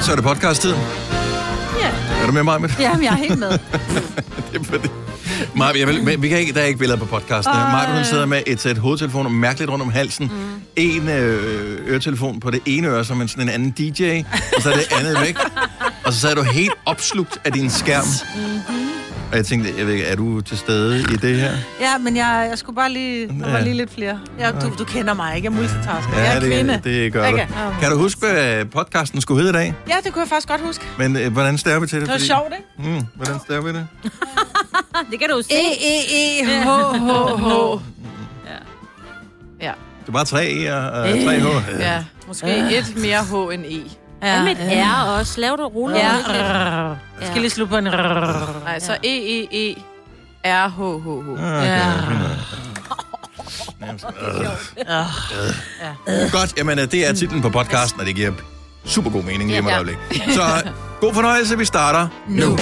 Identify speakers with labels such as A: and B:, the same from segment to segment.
A: så er det podcast-tid.
B: Ja.
A: Er du med, Marmit?
B: Jamen, jeg er helt med.
A: det er fordi... Marmit, jeg vil, men vi kan ikke, der er ikke billeder på podcasten. Øh.
B: Ej.
A: Marmit, hun sidder med et sæt hovedtelefoner mærkeligt rundt om halsen. Mm. En øh, øretelefon på det ene øre, som en sådan en anden DJ, og så er det andet væk. Og så sad du helt opslugt af din skærm.
B: Mhm.
A: Og jeg tænkte, jeg ved ikke, er du til stede i det her?
B: Ja, men jeg, jeg skulle bare lige... Der var
A: Ja.
B: lige lidt flere. Ja, du, du kender mig, ikke? Jeg er multitasker.
A: Ja,
B: jeg er
A: det,
B: kvinde.
A: det gør
B: Ikke?
A: du. Kan du huske, hvad podcasten skulle hedde i dag?
B: Ja, det kunne jeg faktisk godt huske.
A: Men øh, hvordan stager vi til det?
B: Det var
A: Fordi-
B: sjovt, ikke? E,
A: Mm, hvordan stager vi det?
C: Det kan du jo se.
B: E-E-E-H-H-H.
D: Ja.
A: Det er bare tre E'er og
B: Øh,
A: tre H'er.
D: Ja, måske et mere H end E.
C: Ah. Ja, med et R også. Lav du ruller.
B: Ja.
C: Ja.
B: Jeg skal lige slutte på en...
D: Nej, så E, E, E, R, H, H, H.
A: Ah, Okay,
B: Ja.
A: fint nok. Nærmest, øh,
C: Ah.
A: øh. Godt, jamen øh, det er titlen på podcasten, og det giver super god mening lige om et
D: Ja.
A: øjeblik. Så øh, god fornøjelse, vi starter nu.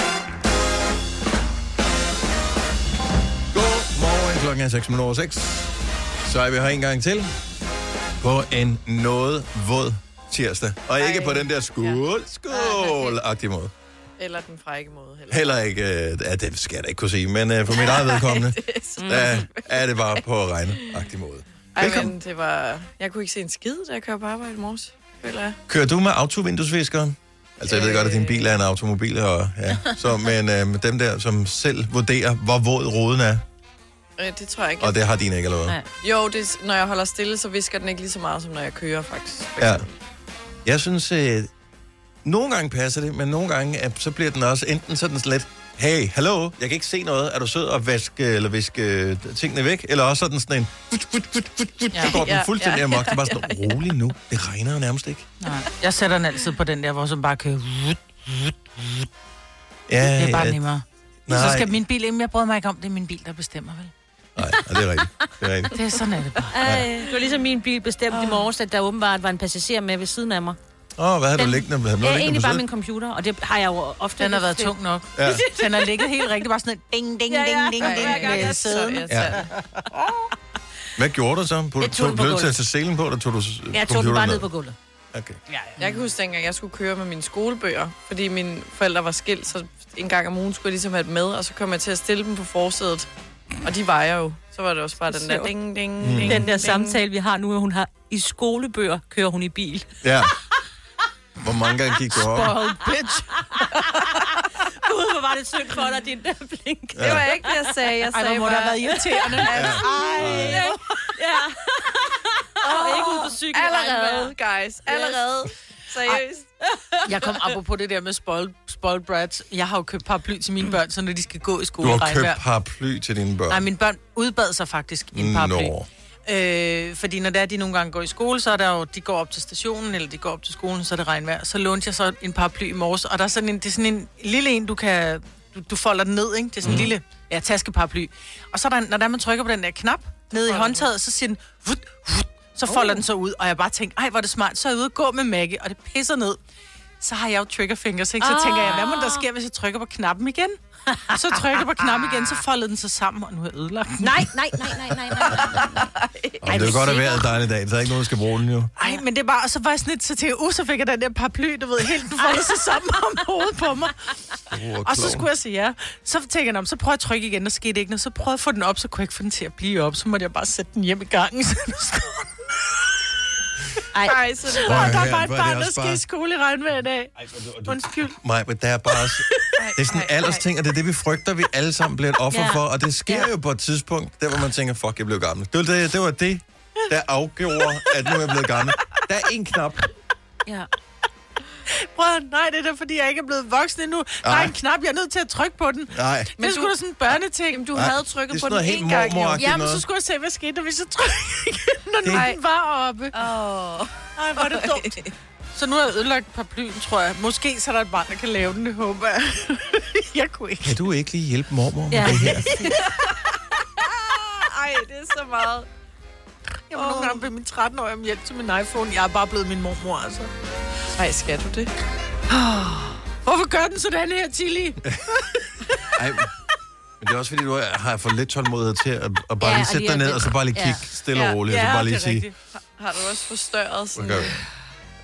A: Godmorgen, klokken er 6 minutter over 6. Så er vi her en gang til på en noget våd tirsdag. Og ikke på den der skål, skål-agtige måde.
D: Eller den frække måde heller.
A: Heller ikke, øh, ja, det skal jeg da ikke kunne sige, men øh, for mit eget vedkommende, der er det bare på regnagtig måde.
D: Ej,
A: Velkommen.
D: men det var... Jeg kunne ikke se en skid, da jeg kørte på arbejde i morges, føler jeg.
A: Kører du med autovinduesviskeren? Altså, jeg ved godt, at din bil er en automobil, og, ja. så, men øh, dem der, som selv vurderer, hvor våd ruden er,
D: Øh, Det tror jeg ikke.
A: og det har din ikke allerede.
C: Nej.
D: Jo, det, er- når jeg holder stille, så visker den ikke lige så meget, som når jeg kører, faktisk.
A: Ja. Jeg synes, øh, nogle gange passer det, men nogle gange, øh, så bliver den også enten sådan lidt, hey, hallo, jeg kan ikke se noget, er du sød at vaske eller viske øh, tingene væk? Eller også sådan sådan en, fut, fut, fut, fut, fut, så går den
D: Ja,
A: fuldstændig
D: ja.
A: amok. Det er bare sådan, rolig nu, det regner jo nærmest ikke.
B: Nej, Jeg sætter den altid på den der, hvor som bare kører...
A: Ja,
B: Det er bare
A: ja,
B: nemmere.
A: nej,
B: Så skal min bil... Jamen, jeg bryder mig ikke om, det er min bil, der bestemmer, vel?
A: Nej, nej, det er rigtigt. Det er rigtigt.
B: Det er sådan, er det bare.
C: Det var ligesom min bil bestemt i morges, at der åbenbart var en passager med ved siden af mig.
A: Åh, oh, hvad har du liggende? Har du
C: Ja,
A: noget liggende
C: egentlig
A: på
C: bare
A: sædet?
C: min computer, og det har jeg jo ofte...
B: Den har været tung nok.
A: Ja.
B: Den har ligget helt rigtigt, bare sådan et ding, ding,
C: Ja,
B: ding,
C: ja.
B: ding,
D: Ej,
B: ding,
D: jeg er
B: med
D: så
B: sæden.
D: irriterende.
A: Hvad gjorde du så? Put,
C: Jeg
A: jeg
C: tog
A: tog
C: den
A: du
C: på
A: nødt til
C: gulvet.
A: at tage selen på, eller tog du s-
C: Jeg tog den
A: computeren
C: bare ned på gulvet.
A: Okay.
D: Jeg kan huske, dengang jeg skulle køre med mine skolebøger, fordi mine forældre var skilt, så en gang om ugen skulle jeg ligesom have dem med, og så kom jeg til at stille dem på forsædet. Og de vejer jo. Så var det også bare den der
C: Sjovt.
D: ding, ding, ding,
C: Den der
D: ding.
C: samtale, vi har nu, at hun har i skolebøger, kører hun i bil.
A: Ja. Hvor mange gange gik du op?
B: Old bitch.
C: Gud, hvor var det synd for dig, din der blink.
D: Det var ikke det, jeg sagde. Jeg
B: Ej,
D: sagde
B: hvor må der have
D: bare,
B: været irriterende.
A: Ej.
C: Ja. Og ikke ude på cyklen.
D: allerede, guys. Allerede. Seriøst.
B: Jeg kom apropos det der med spoiled, spoiled brats. Jeg har jo købt paraply til mine børn, så når de skal gå i skole
A: Du
B: i
A: har
B: regnvejr.
A: købt paraply til dine børn.
B: Nej, mine børn udbad sig faktisk i en paraply.
A: Nå.
B: Øh, fordi når det er, de nogle gange går i skole, så er der jo, de går op til stationen, eller de går op til skolen, så er det regnvejr. Så lånte jeg så en paraply i morges, og der er sådan en, det er sådan en lille en, du kan, du, du folder den ned, ikke? Det er sådan en
C: Mhm.
B: lille, ja, taskeparaply. Og så er der, en- når der, man trykker på den der knap, nede i håndtaget, så siger den, vut, vut, så folder den så ud, og jeg bare tænkte, ej, hvor er det smart, så er jeg ude og gå med Maggie, og det pisser ned. Så har jeg jo trigger fingers, ikke? Så
C: Ah.
B: tænker jeg, hvad må der sker, hvis jeg trykker på knappen igen? Så trykker jeg på knappen igen, så foldede den sig sammen, og nu har jeg ødelagt den.
C: Nej, nej, nej, nej, nej, nej.
A: Om det er
C: du
A: jo godt at
C: sikker?
A: vejret er dejligt i dag, så er der ikke nogen, der skal bruge den jo.
B: Ej, men det er bare, og så var jeg sådan lidt så til, uh, så fik jeg den der paraply, du ved, helt den foldede sig sammen om hovedet på mig.
A: Uh,
B: Og så skulle jeg sige ja. Så tænkte jeg, "Nå, men så prøver jeg at trykke igen, og skete ikke noget. Så prøvede jeg at få den op, så kunne jeg ikke få den til at blive op. Så måtte jeg bare sætte den hjem i gangen. Så nu står den.
D: Ej, så det
A: Prøv
D: var...
A: at
B: og der er
A: høre,
B: bare et
A: hvor er det
B: barn, der
A: også
B: skal
A: bare-
B: i skole i regn hver dag.
A: jeg...
B: Undskyld.
A: Nej, men der er bare... også- Det er sådan en aldersting, og det er det, vi frygter, vi alle sammen bliver et offer
C: Ja.
A: for. Og det sker jo på et tidspunkt, der hvor man tænker, fuck, jeg blev gammel. Det var det, det, var det der afgjorde, at nu er jeg blevet gammel. Der er en knap.
C: Ja.
B: Prøv, at- nej, det er da, fordi jeg ikke er blevet voksen endnu. Der er
A: Ej.
B: en knap, jeg er nødt til at trykke på den.
A: Nej.
B: Men det skulle da sådan en børneting. Jamen, du
A: Nej, havde trykket det er på sådan den noget en helt gang, jo. mormoragtigt
B: Ja, men
A: noget.
B: så skulle jeg se, hvad skete, der, hvis jeg trykkede igen, når
A: Det-
B: den var oppe.
D: Åh.
B: Nej, hvor er det dumt. Så nu har jeg ødelagt paraplyen, tror jeg. Måske så er der et barn, der kan lave den, det håber jeg. jeg kunne ikke.
A: Kan du ikke lige hjælpe mormor med
C: Ja.
A: det her?
D: Ej, det er så meget.
B: Jeg var nogle gange ved min 13-årige om hjælp til min iPhone. Jeg er bare blevet min mormor, altså.
D: Ej, skal du det?
B: Hvorfor gør den sådan her, Tilly?
A: Ej, men det er også fordi, du har for lidt tålmodighed til at, at
C: Ja,
A: bare ja, lige
C: og
A: sætte
C: lige
A: dig
C: at
A: ned,
C: vente.
A: og så bare lige
C: Ja.
A: kigge stille og
D: Ja,
A: roligt, og så bare lige sige,
D: Har du også forstørret sådan...
A: okay.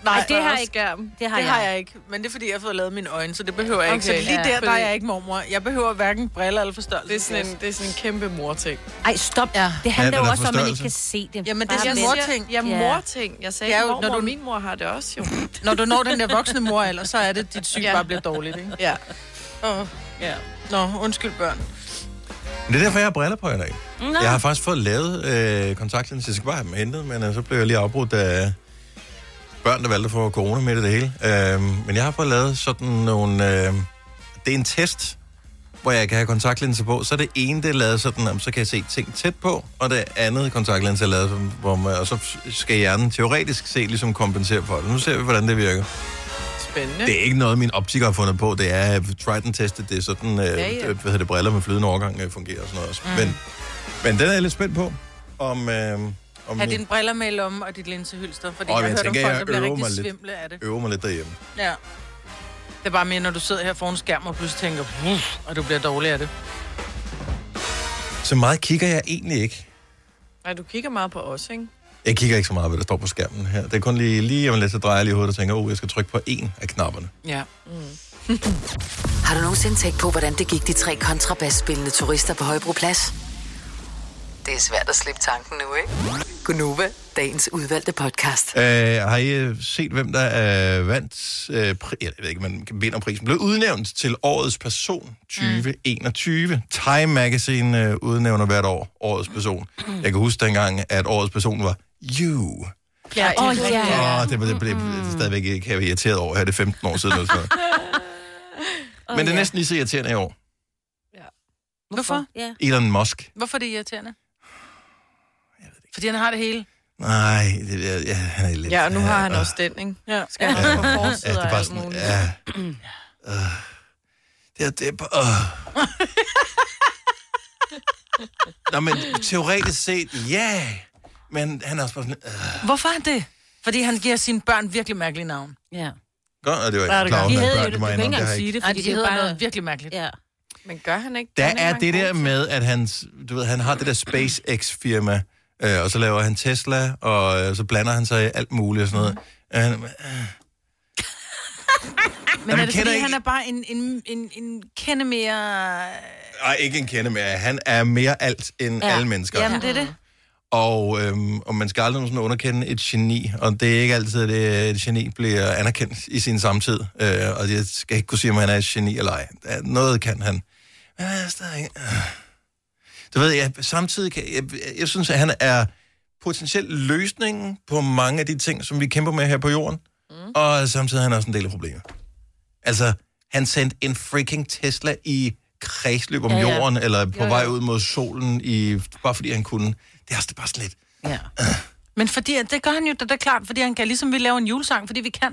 B: Nej,
C: Ej, det har
B: også-
C: jeg ikke.
D: skærm.
C: Det har,
B: det
C: jeg.
B: har jeg ikke, men det er fordi, jeg har fået lavet mine øjne, så det behøver jeg ikke.
D: Okay.
B: Så lige
C: Ja,
B: der, der er
D: fordi-
B: jeg ikke mormor. Jeg behøver hverken briller eller forstørrelse.
D: Det er sådan en, det er sådan en kæmpe morting.
C: Ej, stop.
B: Ja.
C: Ja. Det handler
A: Ja,
C: jo
A: den er
C: også om, at man
A: forstørrelse.
C: ikke kan se det.
B: Jamen, det er
C: Bare
B: sådan
C: med-
B: mor-
D: morting. Ja,
C: Ja.
D: morting. Jeg sagde
B: Det er
D: ja,
B: jo,
D: mormor,
B: når du-
D: du... min mor har det også jo.
B: Når du når den der voksne mor, eller så er det, dit syg
D: Ja.
B: bare bliver dårligt, ikke?
D: Ja.
B: Oh. Ja. Nå, undskyld børn.
A: Men det er derfor, jeg har briller på i dag.
C: Nå.
A: Jeg har faktisk fået lavet øh, kontaktlinser. Jeg skal bare have dem hentet, men øh, så blev jeg lige afbrudt af børn, der valgte at få corona med i det hele. Øh, men jeg har fået lavet sådan nogle... Øh, det er en test, hvor jeg kan have kontaktlinser på. Så er det ene, det er lavet sådan, om, så kan jeg se ting tæt på, og det andet kontaktlinser er lavet, som- hvor man, og så skal hjernen teoretisk set ligesom kompensere for det. Nu ser vi, hvordan det virker.
D: Spændende.
A: Det er ikke noget, min optiker har fundet på. Det er øh, tried and tested. Det er sådan, øh, ja,
D: ja.
A: ja. hvad hedder det, briller med flydende overgang øh, fungerer og sådan noget. Også. Mm. Men, men den er jeg lidt spændt på, om, øh, om
B: Ha'
A: jeg
B: dine briller med i lommen og dit linsehylster, fordi
A: Åh,
B: oh, jeg
A: men
B: har hørt om
A: tænker,
B: folk,
A: jeg
B: der bliver
A: øver mig
B: rigtig
A: lidt.
B: svimle af det.
A: øver mig lidt derhjemme.
B: Ja. Det er bare mere, når du sidder her foran skærmen og pludselig tænker, "Uff," og du bliver dårlig af det.
A: Så meget kigger jeg egentlig ikke.
D: Nej, du kigger meget på os, ikke?
A: Jeg kigger ikke så meget, hvad der står på skærmen her. Det er kun lige, lige om lidt, så drejer jeg lige hovedet og tænker, oh, jeg skal trykke på en af knapperne.
B: Ja.
E: Mm. Har du nogensinde tænkt på, hvordan det gik de tre kontrabasspillende turister på Højbroplads? Det er svært at slippe tanken nu, ikke? Gunova, dagens udvalgte podcast.
A: Øh, har I øh, set, hvem der øh, vandt, øh, pri- jeg ved ikke, man vinder prisen, blev udnævnt til årets person 2021. Mm. Time Magazine øh, udnævner hvert år årets person.
C: Mm.
A: Jeg kan huske dengang, at årets person var you.
D: Ja,
C: Åh, ja.
A: Åh, oh, det, var- det blev mm. stadigvæk ikke jeg var irriteret over, her det er 15 år siden. Eller sådan noget.
C: Åh,
A: Men det er
C: ja.
A: næsten lige så irriterende i år.
B: Hvorfor?
C: Ja.
A: Elon Musk.
B: Hvorfor er det irriterende? Fordi han har det hele.
A: Nej, det, jeg, jeg, han er lidt...
D: Ja, og nu har han
A: øh,
D: også den, ikke?
B: Ja.
D: Skal han også på
A: Ja, det
D: forsider
A: er
D: og
A: bare
D: alt
A: sådan,
D: muligt.
A: ja. Uh, det er, det er bare, uh. Nå, men teoretisk set, ja. Yeah. Men han er også bare sådan, uh.
B: Hvorfor er det? Fordi han giver sine børn virkelig mærkelige navn.
C: ja.
A: Godt, og det var ikke
B: det godt.
A: klar, over,
C: Vi
A: at
C: havde jo
A: børn,
C: det, du
A: det var
C: kan ikke
A: enormt, det
C: engang
A: har jeg
C: sige
A: ikke.
C: det,
B: Nej,
C: fordi
B: de
C: det er
B: hedder
C: bare...
B: noget virkelig mærkeligt.
C: Ja.
D: Men gør han ikke?
A: Der
D: han
A: er
D: mange
A: det der
D: gode til-
A: med, at han, du ved, han har det der SpaceX-firma, øh, og så laver han Tesla, og øh, så blander han sig i alt muligt og sådan noget. Øh, han-
B: Men Jamen, er det
A: kender
B: fordi,
A: I-
B: han er bare en, en, en, en kende mere...
A: Ej, ikke en kende mere. Han er mere alt end ja. alle mennesker.
B: Jamen, det er det.
A: Og, øhm, og man skal aldrig nogensinde underkende et geni, og det er ikke altid, at det, et geni bliver anerkendt i sin samtid. Øh, og jeg skal ikke kunne sige, om han er et geni eller ej. Der er- Noget kan han. Men han er stadig... Øh. Du ved, jeg, samtidig kan... Jeg, jeg, jeg synes, at han er potentielt løsningen på mange af de ting, som vi kæmper med her på jorden. Mm. Og samtidig er han også en del af problemet. Altså, han sendte en freaking Tesla i kredsløb om ja,
C: Ja,
A: ja.
C: ja.
A: jorden, eller på
C: Jo, jo.
A: vej ud mod solen, i, bare fordi han kunne. Det er også bare sådan lidt...
C: ja.
B: Men fordi, at det gør han jo, det er da klart, fordi han kan, ligesom vi laver en julesang, fordi vi kan.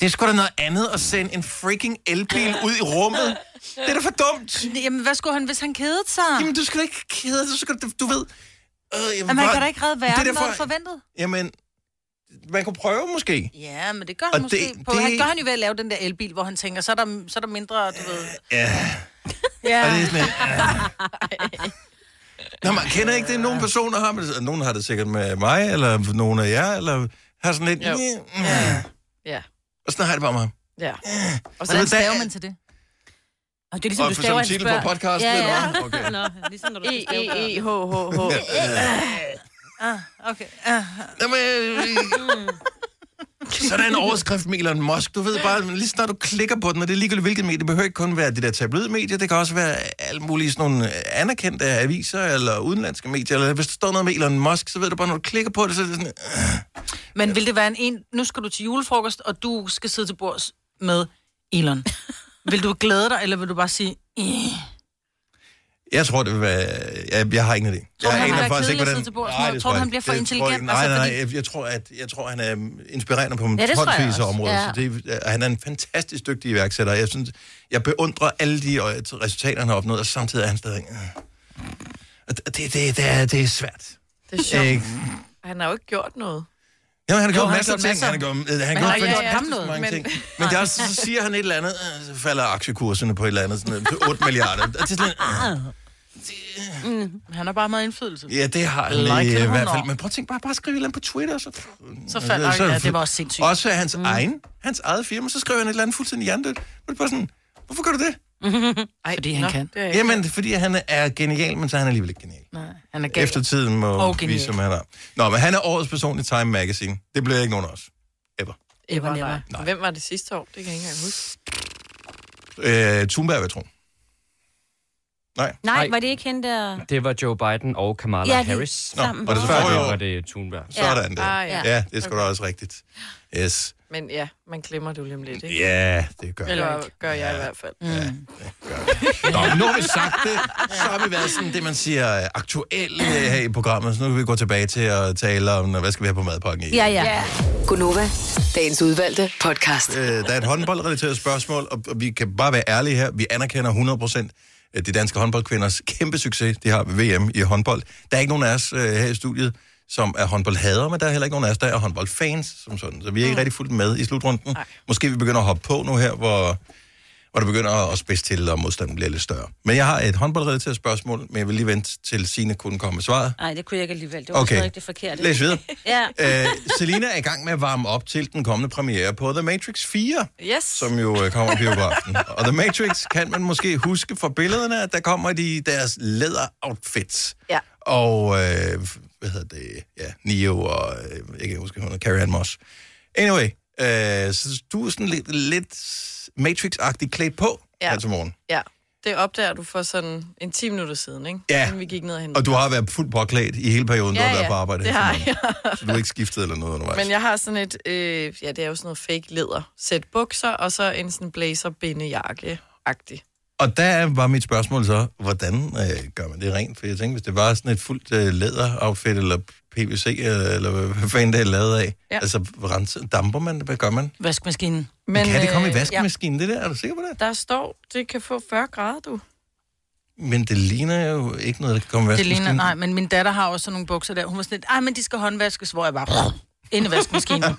A: Det er sgu da noget andet at sende en freaking elbil ud i rummet. Det er da for dumt.
B: Jamen, hvad skulle han, hvis han kedede sig? Jamen,
A: Jamen, du skal da ikke kede dig. Du, skal, da- du ved... Øh, jeg vil
B: Jamen han
A: bare-
B: kan da ikke redde
A: er
B: verden,
A: derfor-
B: derfor... forventet.
A: Jamen, man kunne prøve måske.
B: Ja, men det gør
A: Og
B: han måske.
A: det-
B: Det, på.
A: det-
B: Han gør han jo ved at lave den der elbil, hvor han tænker, så er der, så er der mindre, du ved...
A: Ja. Og det er
B: Ja.
A: sådan, øh. Nå, man kender ikke det. Nogle personer har det. Nogen har det sikkert med mig, eller nogen af jer, eller har sådan lidt...
D: Jo.
A: Ja.
D: Ja,
A: Og sådan har jeg det bare med ham.
D: ja. Og så
A: Men
B: Hvordan
A: der-
B: staver man til det?
C: Og det er ligesom,
A: Og
C: du
A: for som
C: staver hans
A: titel på
C: børn.
A: podcasten,
C: Ja,
A: ved
C: ja.
A: du hvad? Okay.
C: Nå, ligesom når du
D: E,
C: skal stave børn.
D: E, E, H, H, H.
B: Ah, okay. Ah.
A: Jamen, øh,
B: Mm.
A: så er der en overskrift med Elon Musk. Du ved bare, lige snart du klikker på den, og det er ligegyldigt hvilket medie, det behøver ikke kun være de der tabloidmedier, det kan også være alle mulige sådan nogle anerkendte aviser eller udenlandske medier, eller hvis der står noget med Elon Musk, så ved du bare, når du klikker på det, så er det sådan, øh,
B: Men vil det være en en... Nu skal du til julefrokost, og du skal sidde til bords med Elon. Vil du glæde dig, eller vil du bare sige... "Eh"?
A: jeg tror, det vil være... Jeg, jeg har ingen idé.
B: Tror du,
A: jeg
B: han
A: aner
B: vil være
A: faktisk
B: kedelig
A: ikke,
B: at
A: hvordan-
B: sidde til bords
A: Nej,
B: med?
A: det
B: Tror du,
A: jeg
B: han bliver
A: ikke.
B: for
A: Det tror jeg ikke.
B: intelligent?
A: Nej,
B: Altså,
A: nej,
B: fordi-
A: nej. Jeg, jeg tror, at jeg tror, han er øhm, inspirerende på ja,
C: det tror jeg
A: tonsvis
C: også.
A: af områder. Ja.
C: Ja.
A: Så det, er- han er en fantastisk dygtig iværksætter. Jeg, synes, jeg beundrer alle de øh, resultater, han har opnået, og samtidig er han stadig... øh. Og Det, det, det, det, er, det er svært.
D: Det er sjovt.
A: Ikke?
D: Han har jo ikke gjort noget.
A: Jamen, han har gjort
B: han har
A: masser af
B: gjort
A: ting. Han har gjort, øh, han
B: han
A: har
B: har
A: gjort
B: ikke gjort ham noget,
A: fantastisk mange
D: men-
A: ting. Men det er også,
B: Ah,
A: så siger han et eller andet, øh, så falder aktiekurserne på et eller andet, sådan noget, 8 milliarder. Og det er sådan, øh.
B: Mm. Han har bare meget indflydelse.
A: Ja, det har jeg
B: Like it
A: like i
B: or
A: hvert fald.
B: not.
A: Men prøv at tænke bare, bare skrive et eller andet på Twitter. Så,
B: Så falder han. Ja, det var også sindssygt.
A: Også hans mm. egen, hans eget firma, så skriver han et eller andet fuldstændig hjernedødt. Men det er bare sådan, hvorfor gør du det?
F: Ej, Fordi han
D: Nå,
F: kan.
D: Det er jeg ikke.
A: Jamen, fordi han er genial, men så er han alligevel ikke genial.
F: Nej, han er gal.
A: Efter tiden må
B: Og
A: oh,
B: genial.
A: vise, om han er. Nå, men han er årets person i Time Magazine. Det bliver ikke nogen af os. Ever.
F: Ever, never.
A: Nej.
D: Hvem var det sidste år? Det kan jeg ikke engang huske.
A: Øh, Thunberg, vil jeg tro. Nej.
C: Nej,
G: Nej.
C: var det ikke hende der...
G: Det var Joe Biden og Kamala
C: Ja, de-
G: Harris.
A: Nå,
C: Sammen.
A: var det
G: Så
A: så før i
G: det var
A: år?
G: det Thunberg.
A: Sådan der.
D: Ah, ja.
A: Ja, det er sgu da også rigtigt. Yes.
D: Men ja, man glemmer det jo lige om lidt, ikke?
A: Ja, det gør jeg.
D: Eller gør jeg i hvert fald.
C: Mm.
A: Nå, men nu har vi sagt det, så har vi været sådan det, man siger øh, aktuelle øh, her i programmet. Så nu kan vi gå tilbage til at tale om, øh, hvad skal vi have på madpakken i?
C: Ja, ja.
E: Gunova, dagens udvalgte podcast.
A: Øh, der er et håndboldrelateret spørgsmål, og, og vi kan bare være ærlige her. Vi anerkender 100% øh, de danske håndboldkvinders kæmpe succes, de har ved VM i håndbold. Der er ikke nogen af os øh, her i studiet, som er håndboldhader, men der er heller ikke nogen af os, der er håndboldfans som sådan. Så vi er ikke rigtig fuldt med i slutrunden. Nej. Måske vi begynder at hoppe på nu her, hvor, hvor det begynder at spidse til, og modstanden bliver lidt større. Men jeg har et håndboldrelateret spørgsmål, men jeg vil lige vente til Signe kunne komme med svaret.
C: Nej, det kunne jeg ikke alligevel. Det var okay.
A: Okay,
C: rigtig forkert.
A: læs videre.
C: Ja.
A: Øh, Selina er i gang med at varme op til den kommende premiere på The Matrix 4
D: Yes.
A: som jo øh, kommer i biografen. Og The Matrix kan man måske huske fra billederne, at der kommer de i deres læder-outfits.
D: Ja.
A: Og, øh, hvad hedder det, ja, Neo og, øh, jeg kan huske, hun hedder Carrie Ann Moss. Anyway, øh, så du er sådan lidt, lidt Matrix-agtig klædt på ja.
D: Ja.
A: her til morgen.
D: Ja, det opdager du for sådan en 10 minutter siden, ikke?
A: Ja.
D: Inden vi gik ned og hentede.
A: Og du har været fuldt påklædt i hele perioden, ja, du har
D: Ja,
A: været
D: ja,
A: på arbejde.
D: det
A: her til
D: har
A: morgen. Så du har ikke skiftet eller noget undervejs.
D: Men jeg har sådan et, øh, ja, det er jo sådan noget fake leder. Sæt bukser, og så en sådan blazer bindejakke agtig
A: Og der var mit spørgsmål så, hvordan øh, gør man det rent? For jeg tænkte, hvis det var sådan et fuldt øh, læder-outfit, eller PVC, eller, øh, eller hvad- hvad fanden det er lavet af, ja.
D: Ja.
A: altså renser, damper man det? Hvad gør man?
B: Vaskemaskinen.
A: Men, kan det komme i
D: øh,
A: vaskemaskinen, ja. det der? Er du sikker på det?
D: Der står, det kan få 40 grader, du.
A: Men det ligner jo ikke noget, der kan komme i
B: Det
A: vaskemaskinen.
B: ligner, nej, men min datter har også sådan nogle bukser der. Hun var sådan lidt, ej, men de skal håndvaskes, hvor jeg bare... Ind i vaskemaskinen.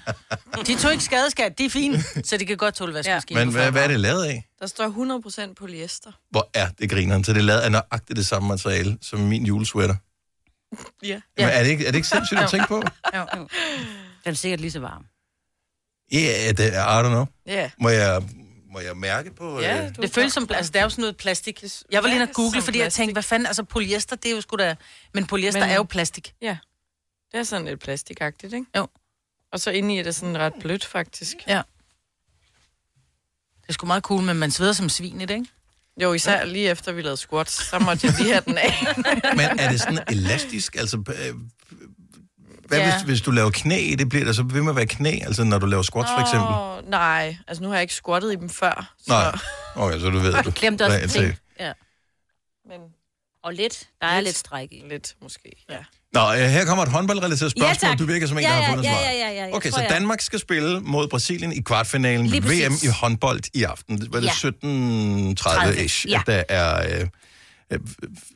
B: De tog ikke skadeskat, de er fine, så de kan godt tåle vaskemaskinen.
A: Men hvad, hvad er det lavet af?
D: Der står 100% polyester.
A: Hvor er det grineren? Så det er lavet af nøjagtigt det samme materiale som min julesweater.
D: Ja.
A: Ja. Men er det, ikke, er det ikke sindssygt at tænke på?
C: Den er sikkert lige så varm.
A: Ja, yeah, det er, I don't know.
D: Ja.
A: Må jeg, må jeg mærke på...
D: Ja,
A: øh,
D: du
B: Det føles som, altså det er jo sådan noget plastik. Jeg var lige inde og google, fordi jeg tænkte, hvad fanden, altså polyester, det er jo sgu da... Men polyester men...
D: Men-
B: er jo plastik.
D: Ja. Det er sådan lidt plastikagtigt, ikke?
B: Jo.
D: Og så indeni er det sådan ret blødt, faktisk.
B: Det er sgu meget cool, men man sveder som svin i det, ikke?
D: Jo, især lige efter vi lavede squats, så måtte jeg lige have den af.
A: Men er det sådan elastisk? Altså, øh, hvad ja.
B: Ja.
A: hvis, hvis du laver knæ i det, bliver der så ved med at være knæ, altså når du laver squats for eksempel?
D: Åh, nej, altså nu har jeg ikke squattet i dem før. Så...
A: Nej, okay, så du ved du.
C: Glemte også en
A: Reelt
C: ting.
A: set.
C: Ja.
D: Men
C: Og lidt. Der er lidt stræk i.
D: lidt måske, ja.
A: Nå, øh, her kommer et håndboldrelateret spørgsmål.
C: tak.
A: du virker som en,
C: Ja,
A: der
C: ja,
A: har fundet
C: ja,
A: svaret.
C: ja, ja, ja. Jeg
A: Okay,
C: tror,
A: så
C: jeg-
A: Danmark skal spille mod Brasilien i kvartfinalen
C: Lige
A: ved VM
C: præcis.
A: i håndbold i aften. Det var det
C: Ja.
A: 17.30-ish,
C: Ja.
A: at der er øh, øh,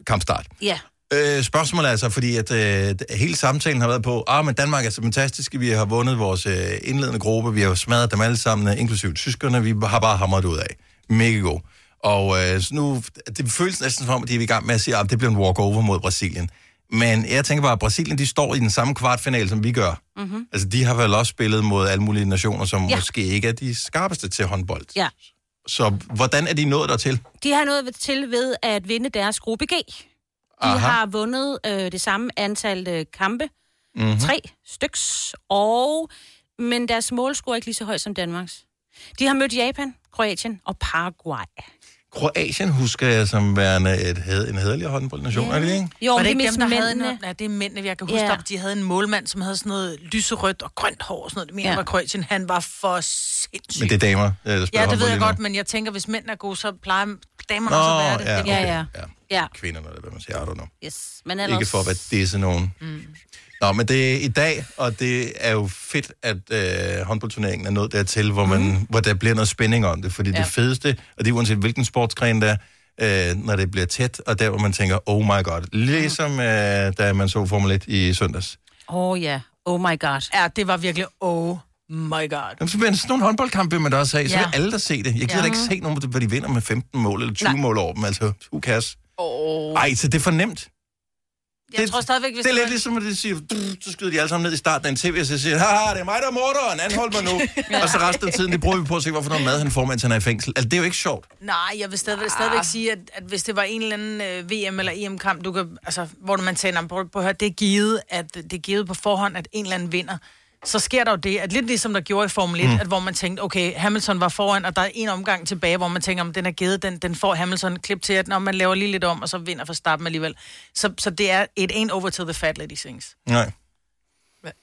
A: kampstart.
C: Ja.
A: Øh, spørgsmålet er altså, fordi at øh, d- hele samtalen har været på, ah, men Danmark er så fantastiske, vi har vundet vores øh, indledende gruppe, vi har smadret dem alle sammen, øh, inklusive tyskerne, vi har bare hamret det ud af. Mega god. Og øh, så nu, det føles næsten som om, at de er i gang med at sige, at det bliver en walkover mod Brasilien. Men jeg tænker bare, at Brasilien, de står i den samme kvartfinale, som vi gør. Mm-hmm. Altså, de har vel også spillet mod alle mulige nationer, som ja.
C: Ja.
A: måske ikke er de skarpeste til håndbold.
C: Ja.
A: Så hvordan er de nået dertil?
C: De har noget til ved at vinde deres gruppe G. De
A: Aha.
C: Aha. har vundet øh, det samme antal øh, kampe. Mm-hmm. Tre styks. Og, men deres målscore er ikke lige så høj som Danmarks. De har mødt Japan, Kroatien og Paraguay.
A: Kroatien husker jeg som værende et, had- en hæderlig håndboldnation, yeah. er det ikke?
C: Jo,
B: Var det
C: men det er
B: ikke dem,
C: mest
B: der havde
C: mændene.
B: noget? Nej, det er mændene. Jeg kan huske,
C: Ja.
B: yeah. de havde en målmand, som havde sådan noget lyserødt og grønt hår og sådan noget. Det mener
C: Ja.
B: yeah. var Kroatien. Han var for sindssyg.
A: Men det er damer, øh, der spiller
B: ja, det
A: håndbold
B: ved jeg
A: lige nu.
B: godt, men jeg tænker, hvis mænd er gode, så plejer damerne
A: Nå,
B: også at være det.
A: ja,
B: Det-
A: okay.
C: Ja, ja.
A: ja.
C: Ja,
A: Kvinderne, eller hvad man siger, I don't know.
C: yes. Men
A: Ikke
C: ellers...
A: for at være disse nogen. Mm. Nå, men det er i dag, og det er jo fedt, at øh, håndboldturneringen er nået dertil, hvor, man, mm. hvor der bliver noget spænding om det. Fordi ja. det fedeste, og det er uanset hvilken sportsgren det er, øh, når det bliver tæt, og der, hvor man tænker, oh my god. Ligesom øh, da man så Formel 1 i søndags.
C: Åh oh, ja. Oh my god.
B: Ja, det var virkelig, oh my god.
A: Jamen, så bliver sådan nogle håndboldkampe, vil man da også have, så
B: Ja.
A: vil alle der se det. Jeg gider ja. ikke se nogen, hvor de vinder med 15 mål eller 20 Nej. mål over dem, altså who cares?
D: Oh.
A: Ej, så det er for nemt.
B: Jeg tror stadigvæk, hvis
A: det er
B: det
A: lidt ligesom, at de siger, "Brr", så skyder de alle sammen ned i starten af en tv, og så siger de, haha, det er mig, der er morderen, anhold mig nu. Og så resten af tiden, det bruger vi på at se, hvorfor noget mad han får, mens han er i fængsel. Altså, det er jo ikke sjovt.
B: Nej, jeg vil stadigvæk, stadigvæk sige, at, at hvis det var en eller anden øh, VM- eller EM-kamp, du kan, altså, hvor man tænker, på, på hør, det er givet, at det er givet på forhånd, at en eller anden vinder, så sker der jo det, at lidt ligesom der gjorde i Formel 1, mm. at hvor man tænkte, okay, Hamilton var foran, og der er en omgang tilbage, hvor man tænker, om den er givet, den, den får Hamilton klip til, at når man laver lige lidt om, og så vinder for stappen alligevel. Så, så det er et en over til the fat lady things.
A: Nej.